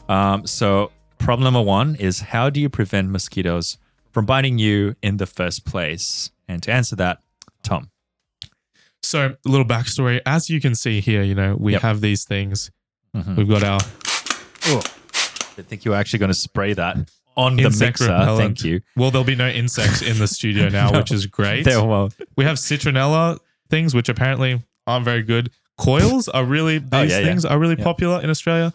[SPEAKER 1] Um, so problem number one is how do you prevent mosquitoes from biting you in the first place? And to answer that, Tom.
[SPEAKER 2] So, a little backstory. As you can see here, you know, we
[SPEAKER 1] Yep.
[SPEAKER 2] have these things.
[SPEAKER 1] Mhm.
[SPEAKER 2] We've got our
[SPEAKER 1] Oh, I think you were actually going to spray that on the
[SPEAKER 2] insect
[SPEAKER 1] mixer.
[SPEAKER 2] repellent.
[SPEAKER 1] Thank you.
[SPEAKER 2] Well, there'll be no insects in
[SPEAKER 1] [LAUGHS]
[SPEAKER 2] the studio now,
[SPEAKER 1] No.
[SPEAKER 2] which is great.
[SPEAKER 1] There won't.
[SPEAKER 2] We have citronella things, which apparently aren't very good. Coils are really these
[SPEAKER 1] Oh, yeah, yeah.
[SPEAKER 2] things are really
[SPEAKER 1] Yeah.
[SPEAKER 2] popular in Australia.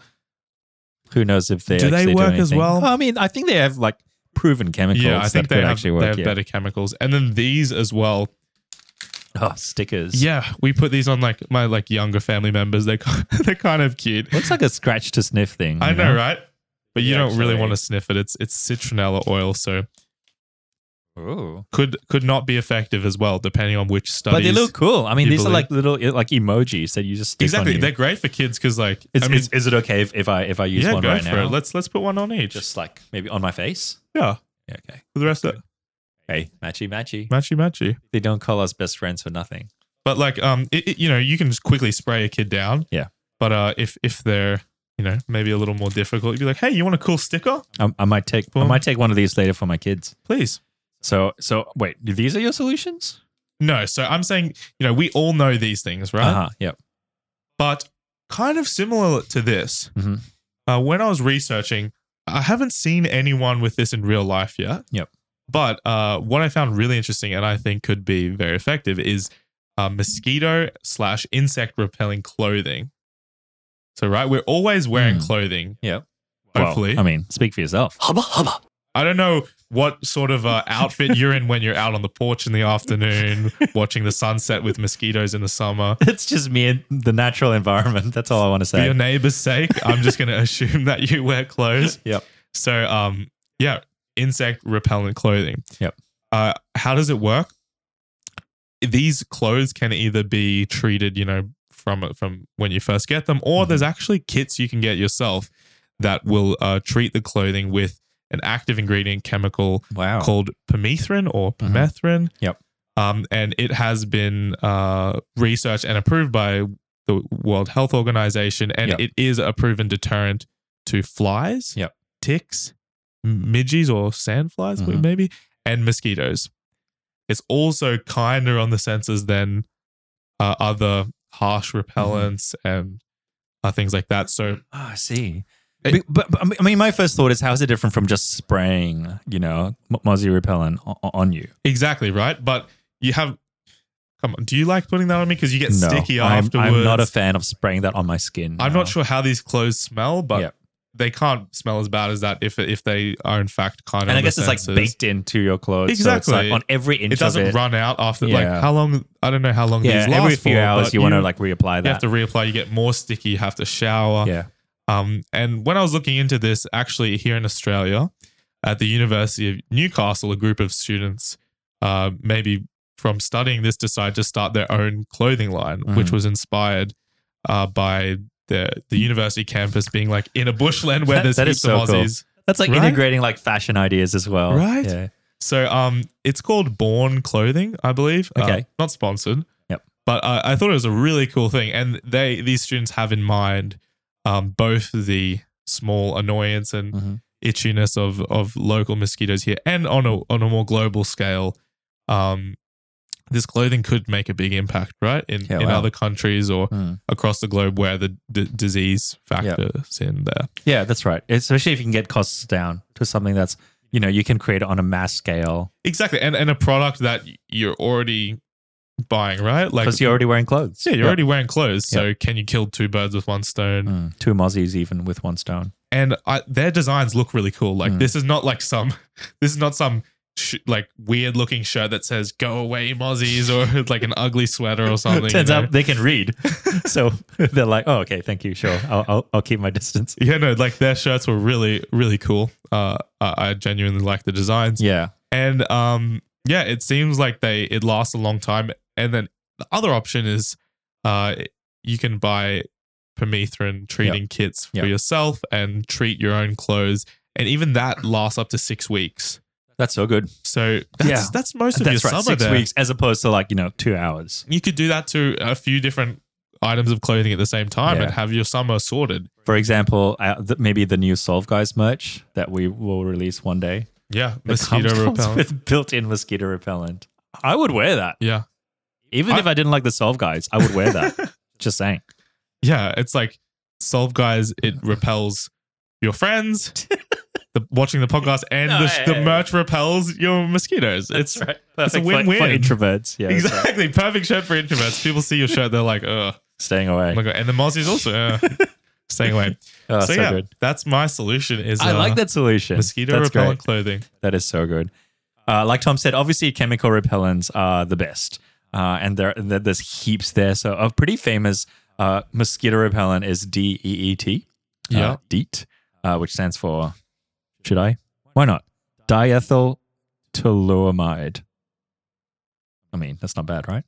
[SPEAKER 1] Who knows if they
[SPEAKER 2] Do they
[SPEAKER 1] actually do
[SPEAKER 2] work as
[SPEAKER 1] anything.
[SPEAKER 2] well?
[SPEAKER 1] I mean, I think they have like proven chemicals
[SPEAKER 2] yeah, I
[SPEAKER 1] that
[SPEAKER 2] think they
[SPEAKER 1] could
[SPEAKER 2] have,
[SPEAKER 1] actually
[SPEAKER 2] they
[SPEAKER 1] work.
[SPEAKER 2] have
[SPEAKER 1] yeah.
[SPEAKER 2] better chemicals, and then these as well.
[SPEAKER 1] Oh, stickers.
[SPEAKER 2] Yeah, we put these on like my like younger family members. They [LAUGHS] they're kind of cute.
[SPEAKER 1] looks like a scratch to sniff thing.
[SPEAKER 2] I
[SPEAKER 1] you
[SPEAKER 2] know, right? But you
[SPEAKER 1] Yeah,
[SPEAKER 2] don't really
[SPEAKER 1] actually.
[SPEAKER 2] want to sniff it. It's it's citronella oil, so
[SPEAKER 1] Ooh.
[SPEAKER 2] could could not be effective as well, depending on which studies.
[SPEAKER 1] But they look cool. I mean,
[SPEAKER 2] You
[SPEAKER 1] these are
[SPEAKER 2] believe-
[SPEAKER 1] like little like emojis that you just stick
[SPEAKER 2] exactly.
[SPEAKER 1] On you.
[SPEAKER 2] They're great for kids because like
[SPEAKER 1] It's,
[SPEAKER 2] I mean,
[SPEAKER 1] it's- is it okay if, if I if I use
[SPEAKER 2] yeah,
[SPEAKER 1] one
[SPEAKER 2] go
[SPEAKER 1] right
[SPEAKER 2] for
[SPEAKER 1] now?
[SPEAKER 2] it. Let's let's put one on each.
[SPEAKER 1] just like maybe on my face.
[SPEAKER 2] yeah,
[SPEAKER 1] Yeah, okay.
[SPEAKER 2] for the rest of it,
[SPEAKER 1] Hey, matchy matchy.
[SPEAKER 2] matchy matchy.
[SPEAKER 1] They don't call us best friends for nothing.
[SPEAKER 2] But like um, it, it- you know, you can just quickly spray a kid down.
[SPEAKER 1] Yeah.
[SPEAKER 2] But uh, if if they're you know maybe a little more difficult, you'd be like, hey, you want a cool sticker?
[SPEAKER 1] Um, I, I might take I
[SPEAKER 2] Boom.
[SPEAKER 1] might take one of these later for my kids.
[SPEAKER 2] Please.
[SPEAKER 1] So so wait, these are your solutions?
[SPEAKER 2] No, so I'm saying you know we all know these things, right?
[SPEAKER 1] Uh-huh. Yep.
[SPEAKER 2] But kind of similar to this,
[SPEAKER 1] Mhm.
[SPEAKER 2] uh, when I was researching, I haven't seen anyone with this in real life yet.
[SPEAKER 1] Yep.
[SPEAKER 2] But uh, what I found really interesting and I think could be very effective is uh, mosquito slash insect repelling clothing. So, right, we're always wearing
[SPEAKER 1] Hmm.
[SPEAKER 2] clothing.
[SPEAKER 1] Yep.
[SPEAKER 2] Hopefully.
[SPEAKER 1] Well, um, I mean, speak for yourself. Hubba hubba.
[SPEAKER 2] I don't know what sort of uh, outfit you're in when you're out on the porch in
[SPEAKER 1] [LAUGHS]
[SPEAKER 2] the afternoon watching the sunset with mosquitoes in the summer.
[SPEAKER 1] [LAUGHS] It's just me and the natural environment. That's all I want to
[SPEAKER 2] For your
[SPEAKER 1] say.
[SPEAKER 2] neighbor's sake, I'm
[SPEAKER 1] [LAUGHS]
[SPEAKER 2] just going to assume that you wear clothes.
[SPEAKER 1] Yep.
[SPEAKER 2] So, um, yeah, insect repellent clothing.
[SPEAKER 1] Yep.
[SPEAKER 2] Uh, how does it work? These clothes can either be treated, you know, from from when you first get them, or
[SPEAKER 1] Mhm.
[SPEAKER 2] there's actually kits you can get yourself that will uh, treat the clothing with an active ingredient chemical
[SPEAKER 1] Wow.
[SPEAKER 2] called permethrin or
[SPEAKER 1] Mhm.
[SPEAKER 2] permethrin.
[SPEAKER 1] Yep.
[SPEAKER 2] Um, and it has been uh, researched and approved by the World Health Organization, and
[SPEAKER 1] Yep.
[SPEAKER 2] it is a proven deterrent to flies,
[SPEAKER 1] Yep.
[SPEAKER 2] ticks, m- midges or sandflies,
[SPEAKER 1] Mhm.
[SPEAKER 2] maybe, and mosquitoes. It's also kinder on the senses than uh, other harsh
[SPEAKER 1] Mm-hmm.
[SPEAKER 2] repellents and uh, things like that. So
[SPEAKER 1] Ah, I see.
[SPEAKER 2] It-
[SPEAKER 1] Be- but, but I mean- I mean, my first thought is, how is it different from just spraying, you know, m- mozzie repellent o- o- on you?
[SPEAKER 2] exactly right, but you have. Come on, do you like putting that on me? Because you get
[SPEAKER 1] no,
[SPEAKER 2] sticky
[SPEAKER 1] I'm,
[SPEAKER 2] afterwards.
[SPEAKER 1] I'm not a fan of spraying that on my skin.
[SPEAKER 2] I'm
[SPEAKER 1] no.
[SPEAKER 2] not sure how these clothes smell, but
[SPEAKER 1] Yep.
[SPEAKER 2] they can't smell as bad as that if if they are in fact kind of.
[SPEAKER 1] And I guess it's like baked into your clothes.
[SPEAKER 2] Exactly.
[SPEAKER 1] So it's like on every inch
[SPEAKER 2] It doesn't
[SPEAKER 1] of it.
[SPEAKER 2] run out after like
[SPEAKER 1] Yeah.
[SPEAKER 2] how long? I don't know how long
[SPEAKER 1] yeah,
[SPEAKER 2] these last
[SPEAKER 1] every few
[SPEAKER 2] for,
[SPEAKER 1] hours
[SPEAKER 2] but
[SPEAKER 1] you, want to like reapply
[SPEAKER 2] You
[SPEAKER 1] that.
[SPEAKER 2] have to reapply. You get more sticky. You have to shower.
[SPEAKER 1] yeah.
[SPEAKER 2] Um, and when I was looking into this, actually here in Australia, at the University of Newcastle, a group of students, uh, maybe from studying this, decided to start their own clothing line, which
[SPEAKER 1] Mhm.
[SPEAKER 2] was inspired uh, by the the university campus being like in a bushland where
[SPEAKER 1] That-
[SPEAKER 2] there's
[SPEAKER 1] that
[SPEAKER 2] heaps
[SPEAKER 1] is so
[SPEAKER 2] of
[SPEAKER 1] cool.
[SPEAKER 2] Aussies.
[SPEAKER 1] That's like
[SPEAKER 2] Right?
[SPEAKER 1] integrating like fashion ideas as well.
[SPEAKER 2] Right?
[SPEAKER 1] Yeah.
[SPEAKER 2] So um, it's called Born Clothing, I believe. Uh,
[SPEAKER 1] Okay.
[SPEAKER 2] not sponsored.
[SPEAKER 1] Yep.
[SPEAKER 2] But I, I thought it was a really cool thing, and they these students have in mind um, both the small annoyance and
[SPEAKER 1] Mhm.
[SPEAKER 2] itchiness of of local mosquitoes here, and on a on a more global scale, um, this clothing could make a big impact, right? In
[SPEAKER 1] Yeah,
[SPEAKER 2] in
[SPEAKER 1] wow.
[SPEAKER 2] other countries or
[SPEAKER 1] Mm.
[SPEAKER 2] across the globe where the d- disease factor is in there.
[SPEAKER 1] Yeah, that's right. Especially if you can get costs down to something that's, you know, you can create it on a mass scale
[SPEAKER 2] Exactly, and and a product that you're already buying, right? Like
[SPEAKER 1] because you're already wearing clothes.
[SPEAKER 2] Yeah, you're already wearing clothes. So can you kill two birds with one stone?
[SPEAKER 1] Mm, two mozzies even with one stone.
[SPEAKER 2] And I, their designs look really cool. Like
[SPEAKER 1] Mm.
[SPEAKER 2] this is not like some, [LAUGHS] this is not some sh- like weird looking shirt that says "Go away, mozzies" or [LAUGHS] like an ugly sweater
[SPEAKER 1] [LAUGHS]
[SPEAKER 2] or something.
[SPEAKER 1] Turns
[SPEAKER 2] you know?
[SPEAKER 1] out they can
[SPEAKER 2] [LAUGHS]
[SPEAKER 1] read, so [LAUGHS] they're like, "Oh, okay, thank you. Sure, I'll, I'll, I'll keep my distance."
[SPEAKER 2] yeah, no, like their shirts were really, really cool. Uh, I, I genuinely like the designs.
[SPEAKER 1] Yeah,
[SPEAKER 2] and um yeah it seems like they it lasts a long time and then the other option is uh you can buy permethrin treating kits for
[SPEAKER 1] Yep.
[SPEAKER 2] yourself and treat your own clothes and even that lasts up to six weeks
[SPEAKER 1] that's so good.
[SPEAKER 2] so that's
[SPEAKER 1] Yeah.
[SPEAKER 2] that's most of
[SPEAKER 1] That's
[SPEAKER 2] your
[SPEAKER 1] right,
[SPEAKER 2] summer
[SPEAKER 1] six
[SPEAKER 2] there.
[SPEAKER 1] weeks as opposed to like you know two hours.
[SPEAKER 2] you could do that to a few different items of clothing at the same time
[SPEAKER 1] Yeah.
[SPEAKER 2] and have your summer sorted
[SPEAKER 1] For example, uh, th- maybe the new Solve Guys merch that we will release one day.
[SPEAKER 2] yeah
[SPEAKER 1] that
[SPEAKER 2] mosquito
[SPEAKER 1] comes
[SPEAKER 2] repellent
[SPEAKER 1] with built-in mosquito repellent. I would wear that,
[SPEAKER 2] yeah
[SPEAKER 1] even
[SPEAKER 2] I-
[SPEAKER 1] if I didn't like the Solve Guys. I would wear that.
[SPEAKER 2] [LAUGHS]
[SPEAKER 1] Just saying.
[SPEAKER 2] Yeah, it's like solve guys. It repels your friends.
[SPEAKER 1] [LAUGHS]
[SPEAKER 2] the, watching the podcast and
[SPEAKER 1] No,
[SPEAKER 2] the,
[SPEAKER 1] hey,
[SPEAKER 2] the
[SPEAKER 1] hey.
[SPEAKER 2] merch repels your mosquitoes. it's
[SPEAKER 1] right.
[SPEAKER 2] it's a
[SPEAKER 1] Perfect for-
[SPEAKER 2] win-win.
[SPEAKER 1] for, introverts. Yeah, that's right.
[SPEAKER 2] exactly perfect shirt for introverts. People see your shirt, they're like, "Ugh."
[SPEAKER 1] Staying
[SPEAKER 2] oh
[SPEAKER 1] away.
[SPEAKER 2] my god. And the mozzies also uh,
[SPEAKER 1] [LAUGHS]
[SPEAKER 2] staying away.
[SPEAKER 1] Oh,
[SPEAKER 2] so,
[SPEAKER 1] so
[SPEAKER 2] yeah,
[SPEAKER 1] good.
[SPEAKER 2] that's my solution. Is
[SPEAKER 1] I
[SPEAKER 2] uh,
[SPEAKER 1] like that solution.
[SPEAKER 2] mosquito
[SPEAKER 1] That's great.
[SPEAKER 2] repellent clothing.
[SPEAKER 1] That is so good. Uh, like Tom said, obviously chemical repellents are the best, uh, and there, there there's heaps there. So a pretty famous uh, mosquito repellent is DEET. uh,
[SPEAKER 2] Yeah.
[SPEAKER 1] DEET, uh, which stands for. Should I? Why not? Diethyl toluamide. I mean, that's not bad, right?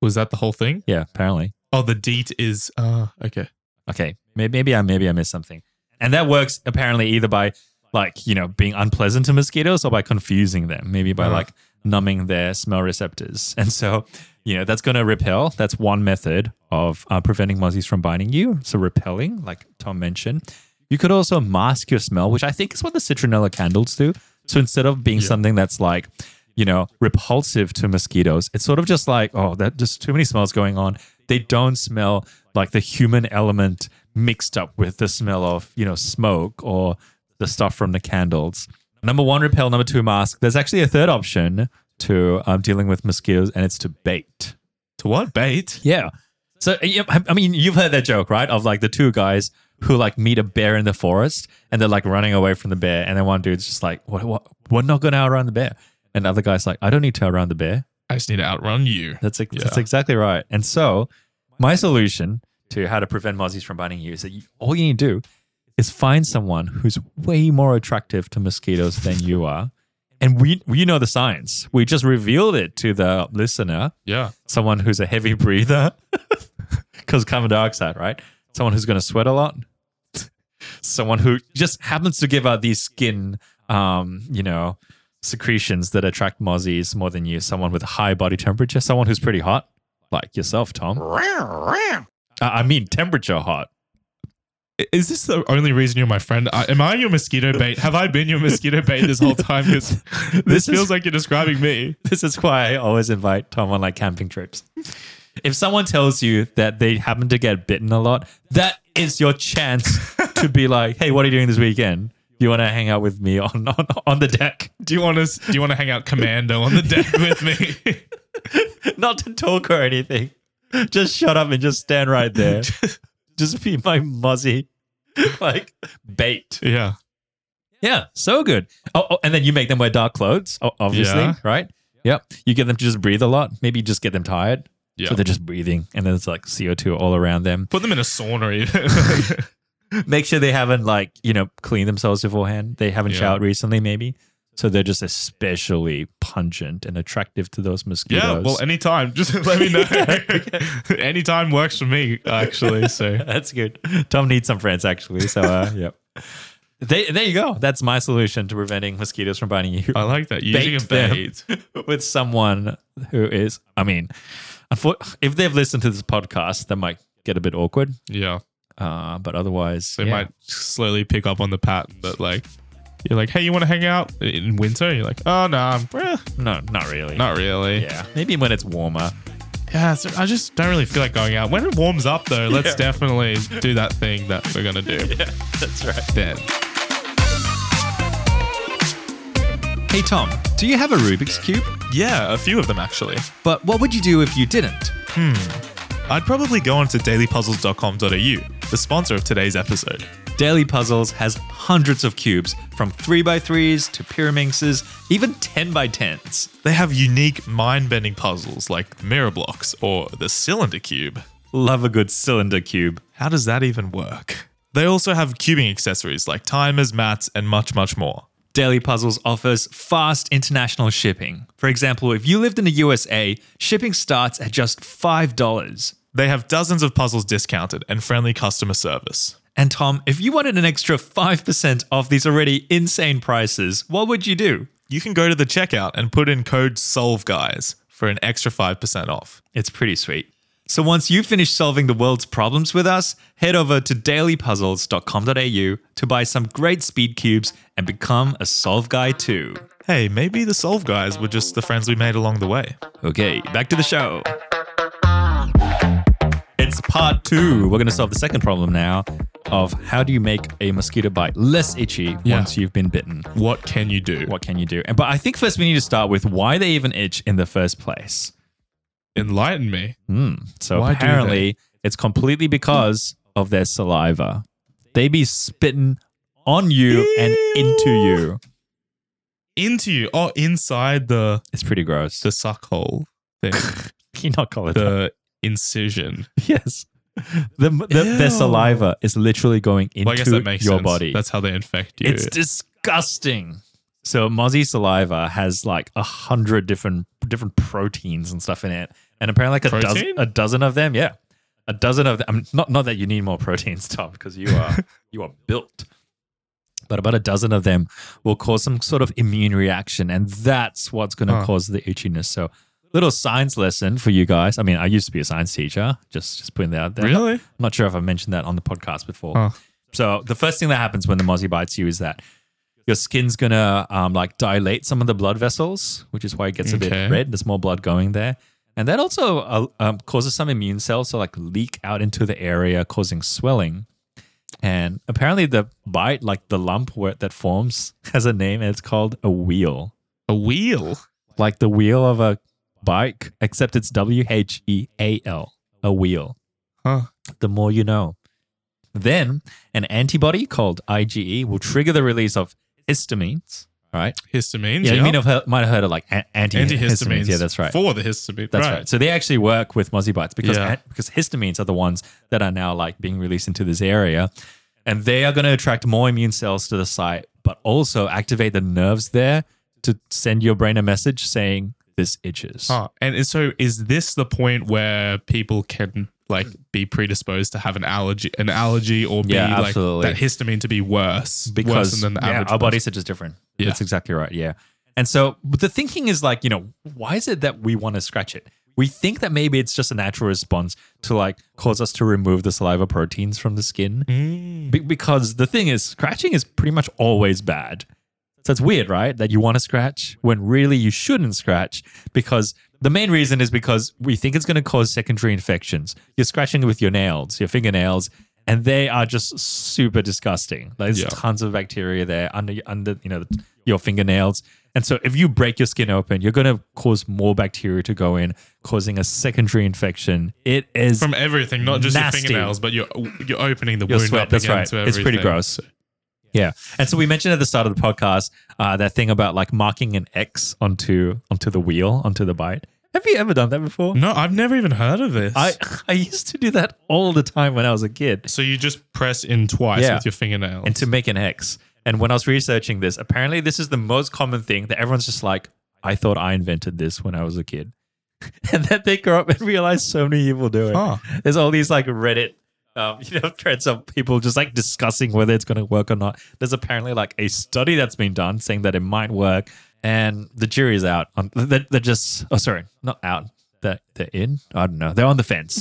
[SPEAKER 2] Was that the whole thing?
[SPEAKER 1] Yeah, apparently.
[SPEAKER 2] Oh, the DEET is uh, okay.
[SPEAKER 1] Okay, maybe, maybe I maybe I missed something. And that works apparently either by like you know being unpleasant to mosquitoes or by confusing them, maybe by
[SPEAKER 2] Uh.
[SPEAKER 1] like numbing their smell receptors. [LAUGHS] And so you know that's going to repel. That's one method of uh, preventing mozzies from biting you. So repelling, like Tom mentioned, you could also mask your smell, which I think is what the citronella candles do. So instead of being
[SPEAKER 2] Yeah.
[SPEAKER 1] something that's like you know repulsive to mosquitoes, it's sort of just like oh, that just too many smells going on. They don't smell like the human element mixed up with the smell of you know smoke or the stuff from the candles. Number one, repel. Number two, mask. There's actually a third option to um, dealing with mosquitoes, and it's to bait.
[SPEAKER 2] To what bait?
[SPEAKER 1] Yeah. So yeah, I I mean, you've heard that joke, right? Of like the two guys who like meet a bear in the forest, and they're like running away from the bear, and then one dude's just like, "What? What? We're not going to outrun the bear." And the other guy's like, "I don't need to outrun the bear.
[SPEAKER 2] I just need to outrun you.
[SPEAKER 1] That's ex- that's
[SPEAKER 2] Yeah.
[SPEAKER 1] exactly right. And so, my solution to how to prevent mozzies from biting you is that you, all you need to do is find someone who's way more attractive to mosquitoes than you are. And we we know the science. We just revealed it to the listener.
[SPEAKER 2] Yeah,
[SPEAKER 1] Someone who's a heavy breather, [LAUGHS] because carbon dioxide, right? Someone who's going to sweat a lot. Someone who just happens to give out these skin, um, you know, secretions that attract mozzies more than you. Someone with a high body temperature, someone who's pretty hot, like yourself, Tom. Uh, I mean, temperature hot.
[SPEAKER 2] Is this the only reason you're my friend? I, am I your mosquito bait? Have I been your mosquito bait this whole time? 'Cause [LAUGHS] this,
[SPEAKER 1] This
[SPEAKER 2] feels
[SPEAKER 1] is-
[SPEAKER 2] like you're describing me.
[SPEAKER 1] [LAUGHS] This is why I always invite Tom on like camping trips. If someone tells you that they happen to get bitten a lot, that is your chance to be like, "Hey, what are you doing this weekend? You want to hang out with me on on, on the deck?" [LAUGHS]
[SPEAKER 2] Do you want to? Do you want to hang out commando on the deck with me?
[SPEAKER 1] Not to talk or anything. Just shut up and just stand right there. just be my muzzy, [LAUGHS] like bait.
[SPEAKER 2] [LAUGHS] yeah.
[SPEAKER 1] Yeah, so good. Oh, oh, and then you make them wear dark clothes, o- obviously,
[SPEAKER 2] Yeah.
[SPEAKER 1] right? Yep. You get them to just breathe a lot. Maybe you just get them tired.
[SPEAKER 2] Yeah.
[SPEAKER 1] So they're just breathing, and then it's like CO2 all around them.
[SPEAKER 2] Put them in a sauna. [LAUGHS] Even.
[SPEAKER 1] Make sure they haven't, like, you know, cleaned themselves beforehand. They haven't
[SPEAKER 2] Yeah.
[SPEAKER 1] showered recently, maybe. So they're just especially pungent and attractive to those mosquitoes.
[SPEAKER 2] yeah. Well, anytime. Just [LAUGHS] let me know. [LAUGHS]
[SPEAKER 1] Yeah.
[SPEAKER 2] anytime works for me, actually. So
[SPEAKER 1] [LAUGHS] That's good. Tom needs some friends actually. So, uh, [LAUGHS] yep. They, there you go. That's my solution to preventing mosquitoes from biting you
[SPEAKER 2] I like that. Using
[SPEAKER 1] Bait
[SPEAKER 2] a
[SPEAKER 1] [LAUGHS]
[SPEAKER 2] bait.
[SPEAKER 1] with someone who is. I mean, unfor- if they've listened to this podcast, that might get a bit awkward.
[SPEAKER 2] Yeah.
[SPEAKER 1] Uh, but otherwise,
[SPEAKER 2] They
[SPEAKER 1] yeah.
[SPEAKER 2] might slowly pick up on the pattern that like you're like, hey, you want to hang out in winter? You're like, oh no, I'm- eh,
[SPEAKER 1] No, not really.
[SPEAKER 2] not really.
[SPEAKER 1] Yeah, maybe when it's warmer.
[SPEAKER 2] Yeah, so I just don't really feel like going out. When it warms up, though, [LAUGHS] let's
[SPEAKER 1] Yeah.
[SPEAKER 2] definitely do that thing that we're gonna do
[SPEAKER 1] [LAUGHS] Yeah, that's right.
[SPEAKER 2] then.
[SPEAKER 1] Hey Tom, do you have a Rubik's cube?
[SPEAKER 2] Yeah, a few of them actually.
[SPEAKER 1] But what would you do if you didn't?
[SPEAKER 2] I'd probably go on to dailypuzzles.com.au, the sponsor of today's episode.
[SPEAKER 1] Daily Puzzles has hundreds of cubes, from 3x3s to pyraminxes, even 10x10s.
[SPEAKER 2] They have unique mind-bending puzzles like mirror blocks or the cylinder cube.
[SPEAKER 1] Love a good cylinder cube.
[SPEAKER 2] How does that even work? They also have cubing accessories like timers, mats, and much, much more.
[SPEAKER 1] Daily Puzzles offers fast international shipping. For example, if you lived in the USA, shipping starts at just $5.
[SPEAKER 2] They have dozens of puzzles discounted and friendly customer service.
[SPEAKER 1] And Tom, if you wanted an extra 5% off these already insane prices, what would you do?
[SPEAKER 2] You can go to the checkout and put in code SOLVEGUYS for an extra 5% off.
[SPEAKER 1] It's pretty sweet. So once you finish solving the world's problems with us, head over to dailypuzzles.com.au to buy some great speed cubes and become a solve guy too.
[SPEAKER 2] Hey, maybe the Solve Guys were just the friends we made along the way.
[SPEAKER 1] Okay, back to the show. It's part two. We're going to solve the second problem now of how do you make a mosquito bite less itchy
[SPEAKER 2] Yeah.
[SPEAKER 1] once you've been bitten?
[SPEAKER 2] What can you do?
[SPEAKER 1] What can you do? And But I think first we need to start with why they even itch in the first place.
[SPEAKER 2] Enlighten me.
[SPEAKER 1] Hmm. So
[SPEAKER 2] Why do they?
[SPEAKER 1] apparently, it's completely because of their saliva. They be spitting on you and into you.
[SPEAKER 2] Into you. Oh, inside the,
[SPEAKER 1] It's pretty gross.
[SPEAKER 2] the suck hole thing,
[SPEAKER 1] [LAUGHS] Can you not call it that?
[SPEAKER 2] the incision.
[SPEAKER 1] [LAUGHS] Yes. The, the,
[SPEAKER 2] Ew.
[SPEAKER 1] their saliva is literally going into
[SPEAKER 2] Well, I guess that makes
[SPEAKER 1] your
[SPEAKER 2] sense.
[SPEAKER 1] body.
[SPEAKER 2] That's how they infect you.
[SPEAKER 1] It's disgusting. So mozzie saliva has like a hundred different different proteins and stuff in it, and apparently like a dozen
[SPEAKER 2] Protein?
[SPEAKER 1] a dozen of them. Yeah, a dozen of them. I mean, not not that you need more proteins, [LAUGHS] Tom, because you
[SPEAKER 2] [LAUGHS]
[SPEAKER 1] are you are built. But about a dozen of them will cause some sort of immune reaction, and that's what's going to
[SPEAKER 2] Huh.
[SPEAKER 1] cause the itchiness. So, little science lesson for you guys. I mean, I used to be a science teacher. Just just putting that out there.
[SPEAKER 2] really?
[SPEAKER 1] I'm not sure if I mentioned that on the podcast before.
[SPEAKER 2] Oh.
[SPEAKER 1] So the first thing that happens when the mozzie bites you is that your skin's gonna um, like dilate some of the blood vessels, which is why it gets a
[SPEAKER 2] Okay.
[SPEAKER 1] bit red. There's more blood going there, and that also uh, um, causes some immune cells to like leak out into the area, causing swelling. And apparently, the bite, like the lump where, that forms, [LAUGHS] has a name, and it's called a wheel,
[SPEAKER 2] A wheel.
[SPEAKER 1] like the wheel of a bike, except it's W H E A L, a wheel
[SPEAKER 2] Huh.
[SPEAKER 1] the more you know. Then an antibody called IgE will trigger the release of histamines, right?
[SPEAKER 2] Histamines.
[SPEAKER 1] Yeah, you mean have heard, might have heard of like a- anti-
[SPEAKER 2] antihistamines.
[SPEAKER 1] antihistamines. Yeah, that's right.
[SPEAKER 2] For the histamine.
[SPEAKER 1] that's right. So they actually work with mozzie bites because
[SPEAKER 2] Yeah.
[SPEAKER 1] an- because histamines are the ones that are now like being released into this area, and they are going to attract more immune cells to the site, but also activate the nerves there to send your brain a message saying this itches.
[SPEAKER 2] Huh. And is- so, is this the point where people can like be predisposed to have an allergy, an allergy, or be
[SPEAKER 1] Yeah,
[SPEAKER 2] like
[SPEAKER 1] absolutely.
[SPEAKER 2] that histamine to be worse,
[SPEAKER 1] because
[SPEAKER 2] worse than the
[SPEAKER 1] yeah,
[SPEAKER 2] average?
[SPEAKER 1] our
[SPEAKER 2] person?
[SPEAKER 1] bodies are just different.
[SPEAKER 2] Yeah.
[SPEAKER 1] That's exactly right. Yeah. And so but the thinking is like, you know, why is it that we want to scratch it? We think that maybe it's just a natural response to like cause us to remove the saliva proteins from the skin.
[SPEAKER 2] Mm.
[SPEAKER 1] Be- because the thing is, scratching is pretty much always bad. So it's weird, right? That you want to scratch when really you shouldn't scratch because the main reason is because we think it's going to cause secondary infections. You're scratching with your nails, your fingernails, and they are just super disgusting. There's
[SPEAKER 2] Yeah.
[SPEAKER 1] tons of bacteria there under under you know your fingernails. And so if you break your skin open, you're going to cause more bacteria to go in, causing a secondary infection. It is
[SPEAKER 2] From everything, not just
[SPEAKER 1] Nasty.
[SPEAKER 2] your fingernails, but you're you're opening the
[SPEAKER 1] your
[SPEAKER 2] wound
[SPEAKER 1] sweat.
[SPEAKER 2] up
[SPEAKER 1] That's
[SPEAKER 2] again
[SPEAKER 1] right.
[SPEAKER 2] to
[SPEAKER 1] It's pretty
[SPEAKER 2] everything.
[SPEAKER 1] gross. Yeah, and so we mentioned at the start of the podcast uh, that thing about like marking an X onto onto the wheel onto the bite. Have you ever done that before?
[SPEAKER 2] No, I've never even heard of this.
[SPEAKER 1] I I used to do that all the time when I was a kid,
[SPEAKER 2] so you just press in twice
[SPEAKER 1] Yeah.
[SPEAKER 2] with your fingernails.
[SPEAKER 1] and to make an X. And when I was researching this, apparently this is the most common thing that everyone's just like, I thought I invented this when I was a kid, [LAUGHS] and then they grow up and realize so many people do it.
[SPEAKER 2] Huh.
[SPEAKER 1] There's all these like Reddit, um, [LAUGHS] you know, threads of people just like discussing whether it's going to work or not. There's apparently like a study that's been done saying that it might work, and the jury's out. On they're, they're just oh sorry, not out. They're, they're in. I don't know. They're on the fence.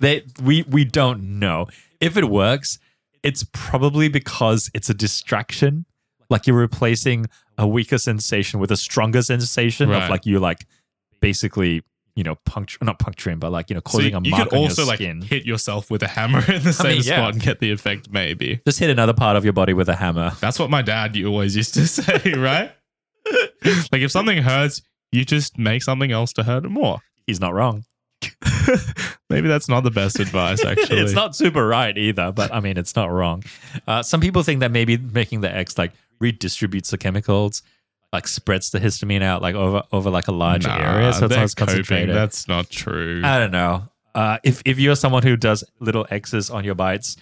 [SPEAKER 1] they we we don't know if it works. It's probably because it's a distraction. Like you're replacing a weaker sensation with a stronger sensation of
[SPEAKER 2] Right.
[SPEAKER 1] like you like basically you know puncture not puncturing but like you know
[SPEAKER 2] So
[SPEAKER 1] causing
[SPEAKER 2] you,
[SPEAKER 1] a
[SPEAKER 2] you
[SPEAKER 1] mark
[SPEAKER 2] could
[SPEAKER 1] on
[SPEAKER 2] also
[SPEAKER 1] your
[SPEAKER 2] like
[SPEAKER 1] skin.
[SPEAKER 2] hit yourself with a hammer [LAUGHS] in the same
[SPEAKER 1] mean, yeah.
[SPEAKER 2] spot and get the effect. Maybe
[SPEAKER 1] Just hit another part of your body with a hammer.
[SPEAKER 2] that's what my dad you always used to [LAUGHS] say, right? like if something hurts, you just make something else to hurt it more.
[SPEAKER 1] He's not wrong. [LAUGHS]
[SPEAKER 2] Maybe that's not the best advice, actually.
[SPEAKER 1] it's not super right either, but I mean, it's not wrong. Uh, some people think that maybe making the X like redistributes the chemicals, like spreads the histamine out like over over like a larger
[SPEAKER 2] Nah,
[SPEAKER 1] area, so it's
[SPEAKER 2] they're
[SPEAKER 1] not as
[SPEAKER 2] coping.
[SPEAKER 1] concentrated.
[SPEAKER 2] That's not true.
[SPEAKER 1] I don't know. Uh, if if you're someone who does little X's on your bites,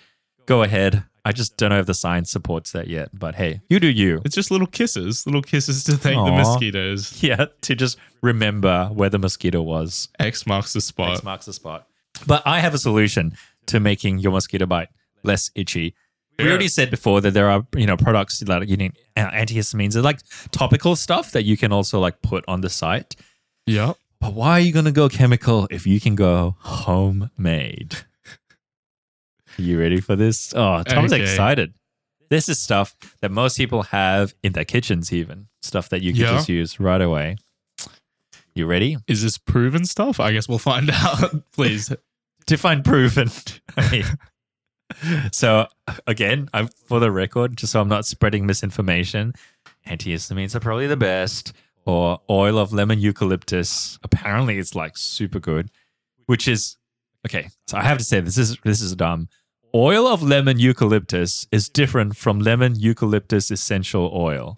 [SPEAKER 1] go ahead. I just don't know if the science supports that yet, but hey, you do you.
[SPEAKER 2] it's just little kisses, little kisses to thank the
[SPEAKER 1] Aw.
[SPEAKER 2] mosquitoes.
[SPEAKER 1] [LAUGHS] Yeah, to just remember where the mosquito was.
[SPEAKER 2] X marks the spot.
[SPEAKER 1] X marks the spot. But I have a solution to making your mosquito bite less itchy. We
[SPEAKER 2] Yeah.
[SPEAKER 1] already said before that there are you know products that you need uh, antihistamines. They're like topical stuff that you can also like put on the site.
[SPEAKER 2] yeah.
[SPEAKER 1] But why are you gonna go chemical if you can go homemade? Are you ready for this? Oh, Tom's
[SPEAKER 2] Okay.
[SPEAKER 1] excited. This is stuff that most people have in their kitchens, even stuff that you can
[SPEAKER 2] Yeah.
[SPEAKER 1] just use right away. You ready?
[SPEAKER 2] Is this proven stuff? I guess we'll find [LAUGHS] out. Please.
[SPEAKER 1] to find proven. [LAUGHS] I mean, so again, I, for the record, just so I'm not spreading misinformation, antihistamines are probably the best. Or oil of lemon eucalyptus. Apparently, it's like super good, which is okay. So I have to say this is this is dumb. Oil of lemon eucalyptus is different from lemon eucalyptus essential oil.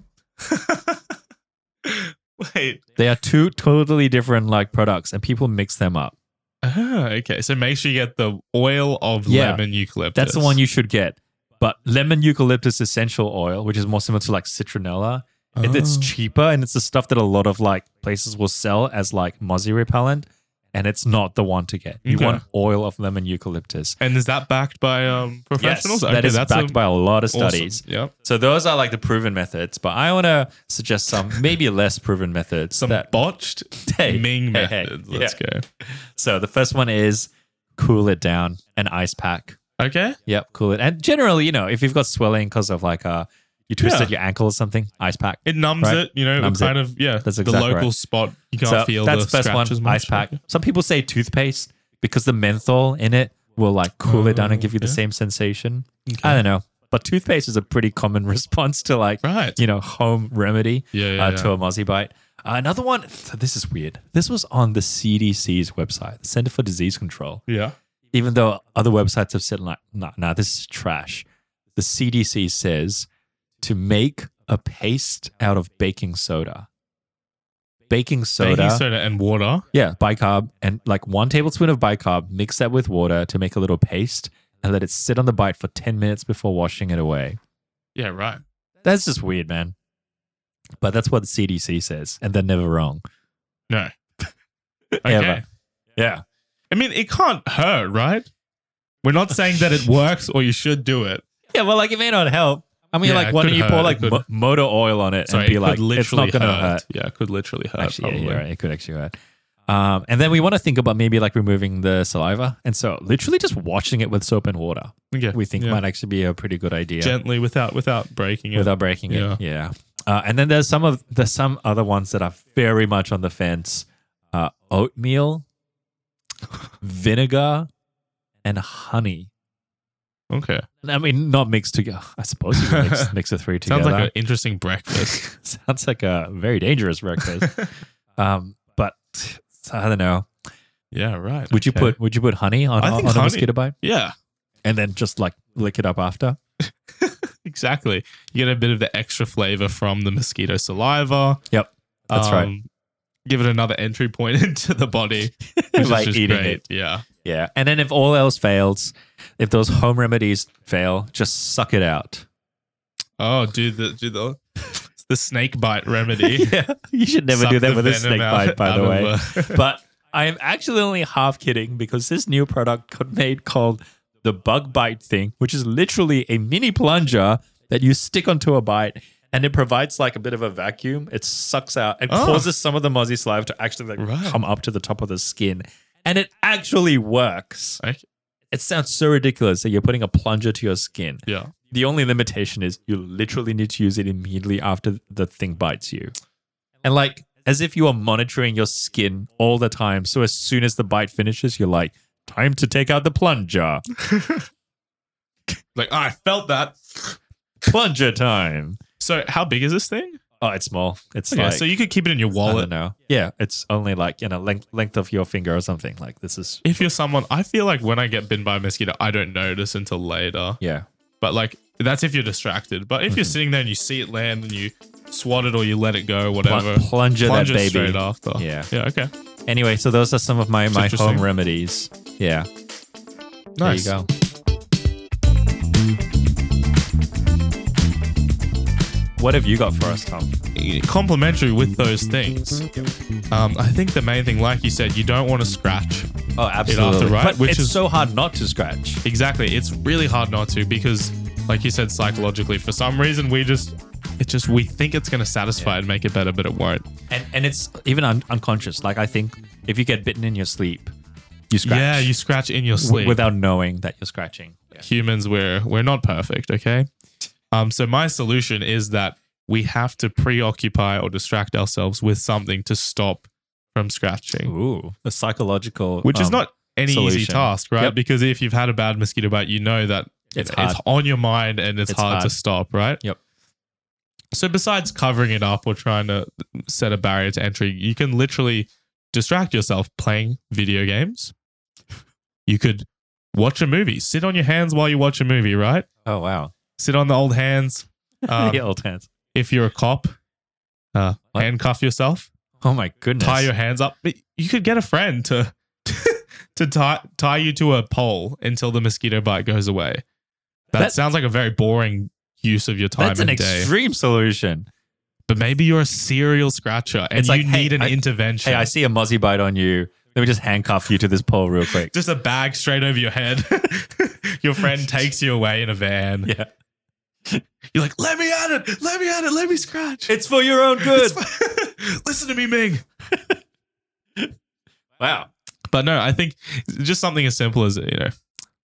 [SPEAKER 2] Wait.
[SPEAKER 1] They are two totally different like products, and people mix them up.
[SPEAKER 2] Ah, okay. So make sure you get the oil of
[SPEAKER 1] Yeah.
[SPEAKER 2] lemon eucalyptus.
[SPEAKER 1] That's the one you should get. But lemon eucalyptus essential oil, which is more similar to like citronella, it- it's
[SPEAKER 2] Oh.
[SPEAKER 1] cheaper and it's the stuff that a lot of like places will sell as like mozzie repellent, and it's not the one to get. You
[SPEAKER 2] Okay.
[SPEAKER 1] want oil of lemon eucalyptus.
[SPEAKER 2] And is that backed by um,
[SPEAKER 1] Yes,
[SPEAKER 2] professionals?
[SPEAKER 1] that is backed
[SPEAKER 2] a-
[SPEAKER 1] by a lot of
[SPEAKER 2] awesome.
[SPEAKER 1] studies.
[SPEAKER 2] Yeah.
[SPEAKER 1] So those are like the proven methods, but I want to suggest some
[SPEAKER 2] [LAUGHS]
[SPEAKER 1] maybe less proven methods.
[SPEAKER 2] Some
[SPEAKER 1] that-
[SPEAKER 2] botched
[SPEAKER 1] Hey,
[SPEAKER 2] Ming
[SPEAKER 1] hey, hey,
[SPEAKER 2] methods. Let's
[SPEAKER 1] so the first one is cool it down, an ice pack.
[SPEAKER 2] go. Okay.
[SPEAKER 1] Yep, cool it. And generally, you know, if you've got swelling because of like uh, you twisted your ankle or something, ice pack.
[SPEAKER 2] It numbs
[SPEAKER 1] Right.
[SPEAKER 2] it, you know,
[SPEAKER 1] Numbs
[SPEAKER 2] kind of, yeah,
[SPEAKER 1] That's
[SPEAKER 2] the
[SPEAKER 1] exactly
[SPEAKER 2] local
[SPEAKER 1] right.
[SPEAKER 2] spot. You can't
[SPEAKER 1] so
[SPEAKER 2] feel
[SPEAKER 1] that's
[SPEAKER 2] the
[SPEAKER 1] first
[SPEAKER 2] scratch
[SPEAKER 1] one,
[SPEAKER 2] as much.
[SPEAKER 1] ice pack. Some people say toothpaste because the menthol in it will like cool it down and
[SPEAKER 2] Oh,
[SPEAKER 1] give you the
[SPEAKER 2] yeah.
[SPEAKER 1] same sensation.
[SPEAKER 2] Okay.
[SPEAKER 1] I don't know, but toothpaste is a pretty common [LAUGHS] response to like
[SPEAKER 2] Right.
[SPEAKER 1] you know home remedy
[SPEAKER 2] Yeah, yeah,
[SPEAKER 1] uh,
[SPEAKER 2] yeah.
[SPEAKER 1] to a mozzie bite. Uh, another one. So this is weird. This was on the CDC's website, the Center for Disease Control.
[SPEAKER 2] Yeah.
[SPEAKER 1] even though other websites have said like, nah, nah, this is trash. The CDC says to make a paste out of baking soda. Baking soda,
[SPEAKER 2] Baking soda and water.
[SPEAKER 1] yeah, bicarb, and like one tablespoon of bicarb. Mix that with water to make a little paste, and let it sit on the bite for ten minutes before washing it away.
[SPEAKER 2] Yeah, right.
[SPEAKER 1] That's just weird, man. But that's what the CDC says, and they're never wrong. [LAUGHS]
[SPEAKER 2] No. okay.
[SPEAKER 1] Ever. Yeah,
[SPEAKER 2] I mean, it can't hurt, right? We're not saying that it works or you should do it.
[SPEAKER 1] yeah. Well, like it may not help. I mean,
[SPEAKER 2] Yeah,
[SPEAKER 1] like,
[SPEAKER 2] it
[SPEAKER 1] why don't
[SPEAKER 2] could
[SPEAKER 1] you pour
[SPEAKER 2] hurt,
[SPEAKER 1] like
[SPEAKER 2] it could-
[SPEAKER 1] mo- motor oil on it
[SPEAKER 2] So
[SPEAKER 1] and be
[SPEAKER 2] it
[SPEAKER 1] like,
[SPEAKER 2] could literally
[SPEAKER 1] it's not going to hurt.
[SPEAKER 2] Yeah, it could literally hurt.
[SPEAKER 1] Actually, yeah,
[SPEAKER 2] Uh, probably.
[SPEAKER 1] you're right. It could actually hurt. Um, and then we want to think about maybe like removing the saliva. And so, literally, just washing it with soap and water,
[SPEAKER 2] Yeah,
[SPEAKER 1] we think
[SPEAKER 2] yeah.
[SPEAKER 1] might actually be a pretty good idea
[SPEAKER 2] gently without without breaking it.
[SPEAKER 1] without breaking
[SPEAKER 2] Yeah.
[SPEAKER 1] it. Yeah. Uh, and then there's some of there's some other ones that are very much on the fence: uh,
[SPEAKER 2] [LAUGHS]
[SPEAKER 1] oatmeal, vinegar, and honey.
[SPEAKER 2] okay,
[SPEAKER 1] And I mean, not mixed together. I suppose you could
[SPEAKER 2] [LAUGHS]
[SPEAKER 1] mix, mix the three together.
[SPEAKER 2] sounds like an interesting breakfast. [LAUGHS]
[SPEAKER 1] [LAUGHS] Sounds like a very dangerous breakfast. um, but I don't know.
[SPEAKER 2] yeah, right.
[SPEAKER 1] Would you
[SPEAKER 2] okay.
[SPEAKER 1] put Would you put honey on,
[SPEAKER 2] I
[SPEAKER 1] on,
[SPEAKER 2] think
[SPEAKER 1] a
[SPEAKER 2] honey.
[SPEAKER 1] mosquito bite
[SPEAKER 2] Yeah,
[SPEAKER 1] and then just like lick it up after? [LAUGHS]
[SPEAKER 2] exactly. You get a bit of the extra flavor from the mosquito saliva. Um,
[SPEAKER 1] Yep, that's right.
[SPEAKER 2] Give it another entry point [LAUGHS] into
[SPEAKER 1] [LAUGHS]
[SPEAKER 2] the body, which is
[SPEAKER 1] like
[SPEAKER 2] just
[SPEAKER 1] eating
[SPEAKER 2] great.
[SPEAKER 1] it.
[SPEAKER 2] Yeah,
[SPEAKER 1] Yeah. And then if all else fails, if those home remedies fail, just suck it out.
[SPEAKER 2] Oh, do the do the the snake bite remedy.
[SPEAKER 1] yeah. You should [LAUGHS] never
[SPEAKER 2] Suck
[SPEAKER 1] do that
[SPEAKER 2] the
[SPEAKER 1] with a
[SPEAKER 2] venom
[SPEAKER 1] snake
[SPEAKER 2] out-
[SPEAKER 1] bite, by
[SPEAKER 2] out
[SPEAKER 1] the
[SPEAKER 2] of
[SPEAKER 1] way.
[SPEAKER 2] a-
[SPEAKER 1] but I am actually only half kidding because this new product got made called the bug bite thing, which is literally a mini plunger that you stick onto a bite and it provides like a bit of a vacuum. It sucks out and
[SPEAKER 2] Oh.
[SPEAKER 1] causes some of the mozzie saliva to actually like
[SPEAKER 2] Right.
[SPEAKER 1] come up to the top of the skin. And it actually works.
[SPEAKER 2] Okay.
[SPEAKER 1] It sounds so ridiculous that you're putting a plunger to your skin.
[SPEAKER 2] [LAUGHS] yeah,
[SPEAKER 1] The only limitation is you literally need to use it immediately after the thing bites you. And like as if you are monitoring your skin all the time. So as soon as the bite finishes, you're like, time to take out the
[SPEAKER 2] [LAUGHS]
[SPEAKER 1] plunger.
[SPEAKER 2] like "Ah, I felt that.
[SPEAKER 1] Plunger time.
[SPEAKER 2] So, how big is this thing?
[SPEAKER 1] Oh, it's small. It's
[SPEAKER 2] yeah,
[SPEAKER 1] like
[SPEAKER 2] so you could keep it in your
[SPEAKER 1] I
[SPEAKER 2] wallet.
[SPEAKER 1] don't know. Yeah, it's only like, you know, length length of your finger or something. Like this is
[SPEAKER 2] If you're someone, I feel like when I get bitten by a mosquito, I don't notice until later.
[SPEAKER 1] yeah.
[SPEAKER 2] But like that's if you're distracted. But if you're sitting there and you see it land and you swat it or you let it go,
[SPEAKER 1] Mm-hmm. Pl-
[SPEAKER 2] whatever,
[SPEAKER 1] plunger
[SPEAKER 2] plunge
[SPEAKER 1] that
[SPEAKER 2] it
[SPEAKER 1] baby.
[SPEAKER 2] straight after.
[SPEAKER 1] Yeah.
[SPEAKER 2] Yeah. Okay.
[SPEAKER 1] Anyway, so those are some of my, my
[SPEAKER 2] interesting.
[SPEAKER 1] home remedies. Yeah.
[SPEAKER 2] Nice.
[SPEAKER 1] There you go. What have you got for us, Tom?
[SPEAKER 2] Complementary with those things. Um, I think the main thing, like you said, you don't want to scratch.
[SPEAKER 1] Oh,
[SPEAKER 2] right?
[SPEAKER 1] But
[SPEAKER 2] Which
[SPEAKER 1] it's
[SPEAKER 2] is-
[SPEAKER 1] so hard not to scratch.
[SPEAKER 2] Exactly. It's really hard not to because, like you said, psychologically, for some reason, we just, it just, we think it's going to satisfy and make it better, but it won't.
[SPEAKER 1] And and it's even un- unconscious. Like I think if you get bitten in your sleep, you scratch.
[SPEAKER 2] Yeah. You scratch in your
[SPEAKER 1] w-
[SPEAKER 2] sleep.
[SPEAKER 1] without knowing that you're scratching.
[SPEAKER 2] humans we're we're not perfect okay um so my solution is that we have to preoccupy or distract ourselves with something to stop from scratching
[SPEAKER 1] Ooh, a psychological,
[SPEAKER 2] which is
[SPEAKER 1] um,
[SPEAKER 2] not any easy
[SPEAKER 1] solution.
[SPEAKER 2] task right
[SPEAKER 1] Yep.
[SPEAKER 2] because if you've had a bad mosquito bite you know that
[SPEAKER 1] It's
[SPEAKER 2] it's,
[SPEAKER 1] hard.
[SPEAKER 2] on your mind and it's,
[SPEAKER 1] It's
[SPEAKER 2] hard, to
[SPEAKER 1] hard.
[SPEAKER 2] stop right
[SPEAKER 1] Yep.
[SPEAKER 2] so besides covering it up or trying to set a barrier to entry you can literally distract yourself playing video games you could watch a movie sit on your hands while you watch a movie right
[SPEAKER 1] Oh wow,
[SPEAKER 2] sit on the old hands. [LAUGHS] Um,
[SPEAKER 1] [LAUGHS] the old hands.
[SPEAKER 2] If you're a cop, uh,
[SPEAKER 1] What?
[SPEAKER 2] handcuff yourself,
[SPEAKER 1] Oh my goodness.
[SPEAKER 2] tie your hands up. But you could get a friend to [LAUGHS] to tie tie you to a pole until the mosquito bite goes away. That,
[SPEAKER 1] That-
[SPEAKER 2] sounds like a very boring use of your time
[SPEAKER 1] That's an
[SPEAKER 2] and day.
[SPEAKER 1] extreme solution.
[SPEAKER 2] but maybe you're a serial scratcher and
[SPEAKER 1] It's
[SPEAKER 2] you
[SPEAKER 1] like, hey,
[SPEAKER 2] need an
[SPEAKER 1] I-
[SPEAKER 2] intervention.
[SPEAKER 1] Hey, I see a mozzie bite on you. Let me just handcuff you to this pole real
[SPEAKER 2] [LAUGHS]
[SPEAKER 1] quick.
[SPEAKER 2] just a bag straight over your head. [LAUGHS] your
[SPEAKER 1] [LAUGHS]
[SPEAKER 2] friend takes you away in a van.
[SPEAKER 1] yeah,
[SPEAKER 2] You're like, let me at it, let me at it, let me
[SPEAKER 1] [LAUGHS]
[SPEAKER 2] scratch.
[SPEAKER 1] it's for your own good.
[SPEAKER 2] It's [LAUGHS] fine. Listen to me, Ming.
[SPEAKER 1] wow.
[SPEAKER 2] But no, I think just something as simple as you know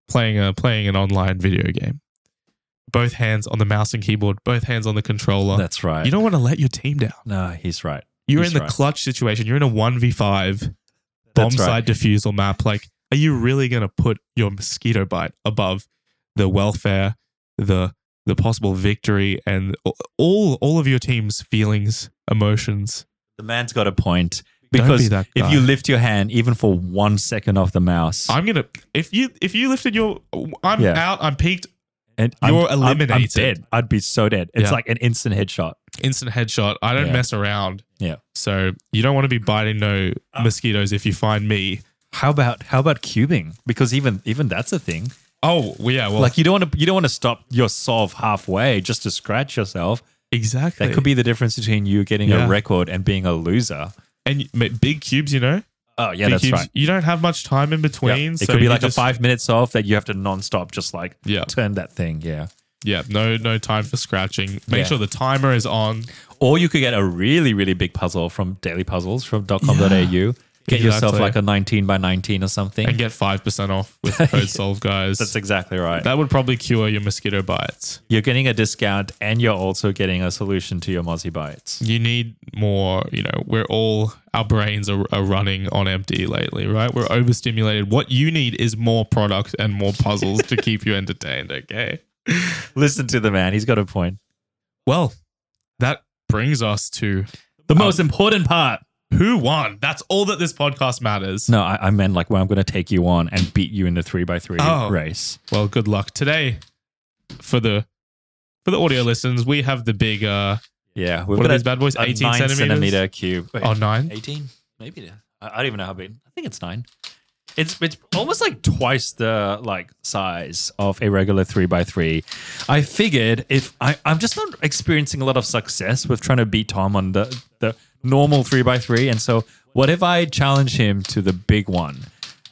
[SPEAKER 2] playing a playing an online video game. Both hands on the mouse and keyboard, both hands on the controller.
[SPEAKER 1] That's right.
[SPEAKER 2] You don't want to let your team down.
[SPEAKER 1] no, he's right.
[SPEAKER 2] You're
[SPEAKER 1] He's
[SPEAKER 2] in the
[SPEAKER 1] right.
[SPEAKER 2] clutch situation. You're in a one v five bomb
[SPEAKER 1] That's
[SPEAKER 2] side
[SPEAKER 1] right.
[SPEAKER 2] diffusal map. Like, are you really going to put your mosquito bite above the welfare, the the possible victory, and all all of your team's feelings, emotions?
[SPEAKER 1] The man's got a point
[SPEAKER 2] Don't be
[SPEAKER 1] because
[SPEAKER 2] that
[SPEAKER 1] if
[SPEAKER 2] guy.
[SPEAKER 1] you lift your hand even for one second off the mouse,
[SPEAKER 2] I'm gonna if you if you lifted your I'm
[SPEAKER 1] Yeah.
[SPEAKER 2] out I'm peaked
[SPEAKER 1] and
[SPEAKER 2] you're
[SPEAKER 1] I'm, I'm- I'm
[SPEAKER 2] eliminated.
[SPEAKER 1] dead. I'd be so dead. It's
[SPEAKER 2] Yeah.
[SPEAKER 1] like an instant headshot.
[SPEAKER 2] instant headshot I don't
[SPEAKER 1] Yeah.
[SPEAKER 2] mess around
[SPEAKER 1] Yeah.
[SPEAKER 2] so you don't want to be biting no
[SPEAKER 1] Uh,
[SPEAKER 2] mosquitoes if you find me
[SPEAKER 1] How about how about cubing? Because even even that's a thing.
[SPEAKER 2] oh well, yeah well
[SPEAKER 1] like you don't want to you don't want to stop your solve halfway just to scratch yourself.
[SPEAKER 2] exactly
[SPEAKER 1] That could be the difference between you getting
[SPEAKER 2] Yeah.
[SPEAKER 1] a record and being a loser.
[SPEAKER 2] and you- ma- big cubes you know
[SPEAKER 1] Oh yeah,
[SPEAKER 2] big
[SPEAKER 1] that's
[SPEAKER 2] cubes
[SPEAKER 1] right.
[SPEAKER 2] you don't have much time in
[SPEAKER 1] Yeah.
[SPEAKER 2] between
[SPEAKER 1] It
[SPEAKER 2] so
[SPEAKER 1] could be
[SPEAKER 2] you
[SPEAKER 1] like
[SPEAKER 2] just-
[SPEAKER 1] a five minute solve that you have to nonstop just like
[SPEAKER 2] yeah
[SPEAKER 1] turn that thing. Yeah.
[SPEAKER 2] Yeah, no, no time for scratching. Make
[SPEAKER 1] Yeah.
[SPEAKER 2] sure the timer is on.
[SPEAKER 1] Or you could get a really, really big puzzle from Daily Puzzles from .com.au. Get yourself
[SPEAKER 2] Exactly.
[SPEAKER 1] like a 19 by 19 or something.
[SPEAKER 2] and get 5% off
[SPEAKER 1] [LAUGHS]
[SPEAKER 2] with code solve guys
[SPEAKER 1] That's exactly right.
[SPEAKER 2] that would probably cure your mosquito bites
[SPEAKER 1] you're getting a discount and you're also getting a solution to your mozzie bites.
[SPEAKER 2] you need more you know we're all our brains are, are running on empty lately right we're overstimulated what you need is more product and more puzzles to keep you entertained okay
[SPEAKER 1] Listen to the man. He's got a point.
[SPEAKER 2] well that brings us to
[SPEAKER 1] The most important part.
[SPEAKER 2] who won that's all that this podcast matters
[SPEAKER 1] No, I, I meant like where I'm going to take you on and beat you in the three by three
[SPEAKER 2] Oh.
[SPEAKER 1] race.
[SPEAKER 2] well good luck today for the for the audio listeners we have the big uh
[SPEAKER 1] Yeah. We've
[SPEAKER 2] what are
[SPEAKER 1] got
[SPEAKER 2] these bad boys
[SPEAKER 1] a
[SPEAKER 2] 18
[SPEAKER 1] nine
[SPEAKER 2] centimeters
[SPEAKER 1] centimeter cube.
[SPEAKER 2] oh nine
[SPEAKER 1] 18 maybe I, I don't even know how big i think it's nine it's it's almost like twice the like size of a regular 3x3 i figured if i i'm just not experiencing a lot of success with trying to beat tom on the the normal 3x3 and so what if i challenge him to the big one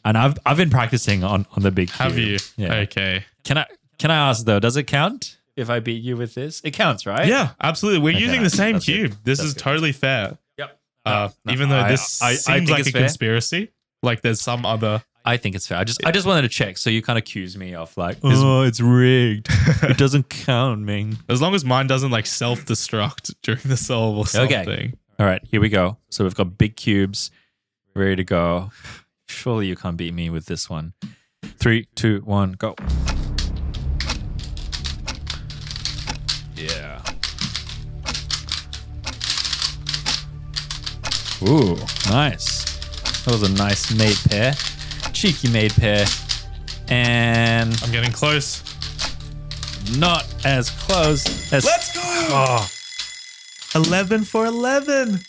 [SPEAKER 1] and i've i've been practicing on on the big
[SPEAKER 2] have you
[SPEAKER 1] cube. yeah
[SPEAKER 2] okay
[SPEAKER 1] can i can i ask though does it count if i beat you with this it counts right
[SPEAKER 2] Yeah, absolutely. We're
[SPEAKER 1] Okay,
[SPEAKER 2] using the
[SPEAKER 1] that's-
[SPEAKER 2] same
[SPEAKER 1] that's
[SPEAKER 2] cube.
[SPEAKER 1] good.
[SPEAKER 2] This
[SPEAKER 1] That's
[SPEAKER 2] is
[SPEAKER 1] good.
[SPEAKER 2] totally fair.
[SPEAKER 1] Yep.
[SPEAKER 2] Uh,
[SPEAKER 1] No,
[SPEAKER 2] even
[SPEAKER 1] no,
[SPEAKER 2] though
[SPEAKER 1] I-
[SPEAKER 2] this
[SPEAKER 1] I- I
[SPEAKER 2] seems
[SPEAKER 1] think
[SPEAKER 2] like
[SPEAKER 1] it's
[SPEAKER 2] a
[SPEAKER 1] fair.
[SPEAKER 2] conspiracy, like there's some other.
[SPEAKER 1] I think it's fair. I just I just wanted to check. So you kind of accuse me of like, oh, it's
[SPEAKER 2] [LAUGHS]
[SPEAKER 1] rigged. it doesn't count, man.
[SPEAKER 2] As long as mine doesn't like self-destruct [LAUGHS] during the solve or something.
[SPEAKER 1] Okay. All right, here we go. So we've got big cubes ready to go. Surely you can't beat me with this one. Three, two, one, go. Yeah. Ooh, nice. That was a nice made pair. Cheeky made pair. And
[SPEAKER 2] I'm getting close.
[SPEAKER 1] not as close as
[SPEAKER 2] go. Ah. Eleven for eleven.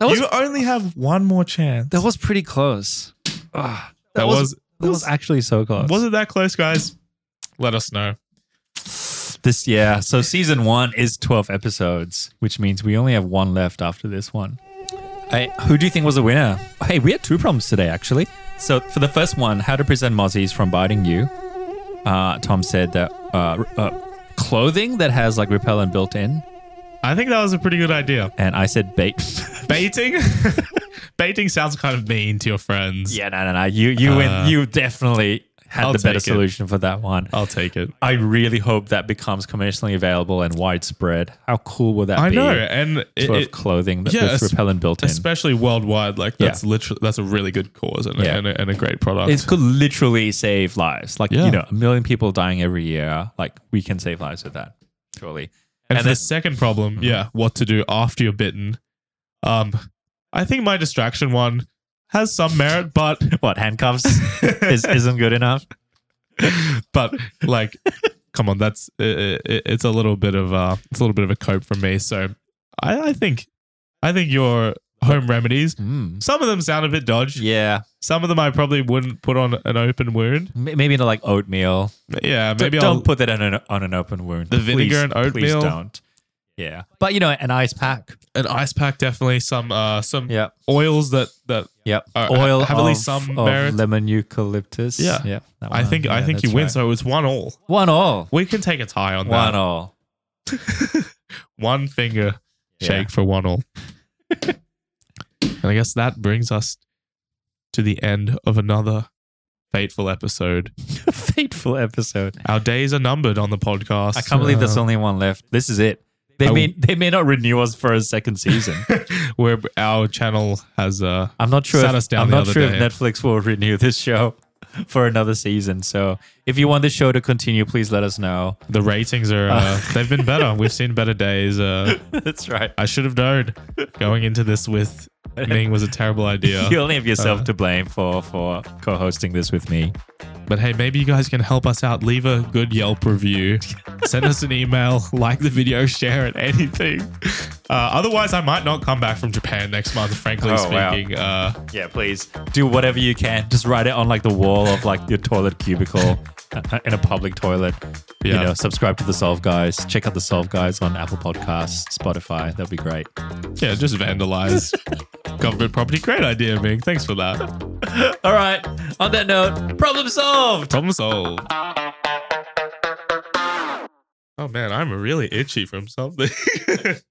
[SPEAKER 1] that was
[SPEAKER 2] you only have one more chance.
[SPEAKER 1] that was pretty close. Ah,
[SPEAKER 2] That was-
[SPEAKER 1] that was actually so close.
[SPEAKER 2] Was it that close, guys? Let us know.
[SPEAKER 1] this yeah? So season one is twelve episodes, which means we only have one left after this one. Hey, who do you think was the winner? Hey, we had two problems today actually. So for the first one, how to present mozzies from biting you. Uh, Tom said that uh, uh, clothing that has like repellent built in,
[SPEAKER 2] I think that was a pretty good idea.
[SPEAKER 1] and I said bait. [LAUGHS]
[SPEAKER 2] Baiting, [LAUGHS] baiting sounds kind of mean to your friends.
[SPEAKER 1] yeah, no, no, no. You you
[SPEAKER 2] Uh,
[SPEAKER 1] win. You definitely had
[SPEAKER 2] I'll
[SPEAKER 1] the better
[SPEAKER 2] take it.
[SPEAKER 1] solution for that one.
[SPEAKER 2] I'll take it.
[SPEAKER 1] I really hope that becomes commercially available and widespread. How cool would that
[SPEAKER 2] I
[SPEAKER 1] be?
[SPEAKER 2] know, and it,
[SPEAKER 1] Sort of
[SPEAKER 2] it-
[SPEAKER 1] clothing that
[SPEAKER 2] yeah,
[SPEAKER 1] with
[SPEAKER 2] es-
[SPEAKER 1] repellent built in.
[SPEAKER 2] especially worldwide. Like
[SPEAKER 1] Yeah.
[SPEAKER 2] that's literally that's a really good cause and, a-
[SPEAKER 1] Yeah.
[SPEAKER 2] and, a, and a great product.
[SPEAKER 1] It could literally save lives. Like,
[SPEAKER 2] Yeah.
[SPEAKER 1] you know, a million people dying every year. Like, we can save lives with that, surely.
[SPEAKER 2] and
[SPEAKER 1] and Mm-hmm.
[SPEAKER 2] for the
[SPEAKER 1] then-
[SPEAKER 2] second problem, yeah, what to do after you're bitten. Um, I think my distraction one has some merit, [LAUGHS] but
[SPEAKER 1] What,
[SPEAKER 2] [LAUGHS]
[SPEAKER 1] handcuffs [LAUGHS] is, isn't good enough?
[SPEAKER 2] but like, come on, that's it, it, it's a little bit of uh, it's a little bit of a cope from me. So I, I think I think your home remedies.
[SPEAKER 1] Mm.
[SPEAKER 2] Some of them sound a bit dodge.
[SPEAKER 1] Yeah.
[SPEAKER 2] Some of them I probably wouldn't put on an open wound.
[SPEAKER 1] M- Maybe not like oatmeal.
[SPEAKER 2] Yeah,
[SPEAKER 1] D-
[SPEAKER 2] maybe
[SPEAKER 1] don't
[SPEAKER 2] I'll
[SPEAKER 1] put that on an, on an open wound.
[SPEAKER 2] The vinegar
[SPEAKER 1] Please-
[SPEAKER 2] and
[SPEAKER 1] Please
[SPEAKER 2] oatmeal?
[SPEAKER 1] don't. Yeah. But, you know, an ice pack.
[SPEAKER 2] an ice pack definitely some uh some
[SPEAKER 1] Yeah.
[SPEAKER 2] oils that that
[SPEAKER 1] Yep.
[SPEAKER 2] Uh,
[SPEAKER 1] Oil
[SPEAKER 2] have at
[SPEAKER 1] of,
[SPEAKER 2] least some
[SPEAKER 1] of
[SPEAKER 2] merit.
[SPEAKER 1] lemon eucalyptus.
[SPEAKER 2] Yeah.
[SPEAKER 1] Yep. that
[SPEAKER 2] I
[SPEAKER 1] one.
[SPEAKER 2] think I
[SPEAKER 1] Yeah,
[SPEAKER 2] think you
[SPEAKER 1] that's
[SPEAKER 2] win.
[SPEAKER 1] right.
[SPEAKER 2] So it was one all.
[SPEAKER 1] One all.
[SPEAKER 2] We can take a tie on
[SPEAKER 1] One
[SPEAKER 2] that.
[SPEAKER 1] all.
[SPEAKER 2] One finger
[SPEAKER 1] Yeah.
[SPEAKER 2] shake for one all. [LAUGHS] and I guess that brings us to the end of another fateful episode.
[SPEAKER 1] [LAUGHS] Fateful episode.
[SPEAKER 2] Our days are numbered on the podcast.
[SPEAKER 1] I can't believe there's
[SPEAKER 2] Uh,
[SPEAKER 1] only one left. This is it. They
[SPEAKER 2] I
[SPEAKER 1] may they may not renew us for a second
[SPEAKER 2] [LAUGHS]
[SPEAKER 1] season.
[SPEAKER 2] where our channel has uh
[SPEAKER 1] I'm not sure.
[SPEAKER 2] Sat
[SPEAKER 1] If,
[SPEAKER 2] us down
[SPEAKER 1] I'm
[SPEAKER 2] the
[SPEAKER 1] not
[SPEAKER 2] other
[SPEAKER 1] sure if
[SPEAKER 2] day.
[SPEAKER 1] Netflix will renew this show [LAUGHS] for another season. So if you want the show to continue, please let us know. [LAUGHS]
[SPEAKER 2] the ratings are [LAUGHS] uh, they've been better. We've seen better days. Uh,
[SPEAKER 1] That's right.
[SPEAKER 2] I should have known going into this
[SPEAKER 1] [LAUGHS]
[SPEAKER 2] with Ming was a terrible idea.
[SPEAKER 1] You only have yourself
[SPEAKER 2] Uh,
[SPEAKER 1] to blame for for co-hosting this with me.
[SPEAKER 2] But hey, maybe you guys can help us out. Leave a good Yelp review, send us an email, [LAUGHS] like the video, share it, anything. Uh, otherwise, I might not come back from Japan next month, frankly
[SPEAKER 1] Oh, wow.
[SPEAKER 2] speaking. Uh,
[SPEAKER 1] Yeah, please do whatever you can. Just write it on like the wall of like your toilet cubicle [LAUGHS] uh, in a public toilet. You
[SPEAKER 2] Yeah.
[SPEAKER 1] know, subscribe to the Solve Guys. Check out the Solve Guys on Apple Podcasts, Spotify. That'd be great.
[SPEAKER 2] yeah, just
[SPEAKER 1] [LAUGHS]
[SPEAKER 2] vandalize government property. Great idea, Ming. Thanks for that.
[SPEAKER 1] All right. On that note, problem solved.
[SPEAKER 2] Problem solved. Oh man, I'm really itchy from something. [LAUGHS]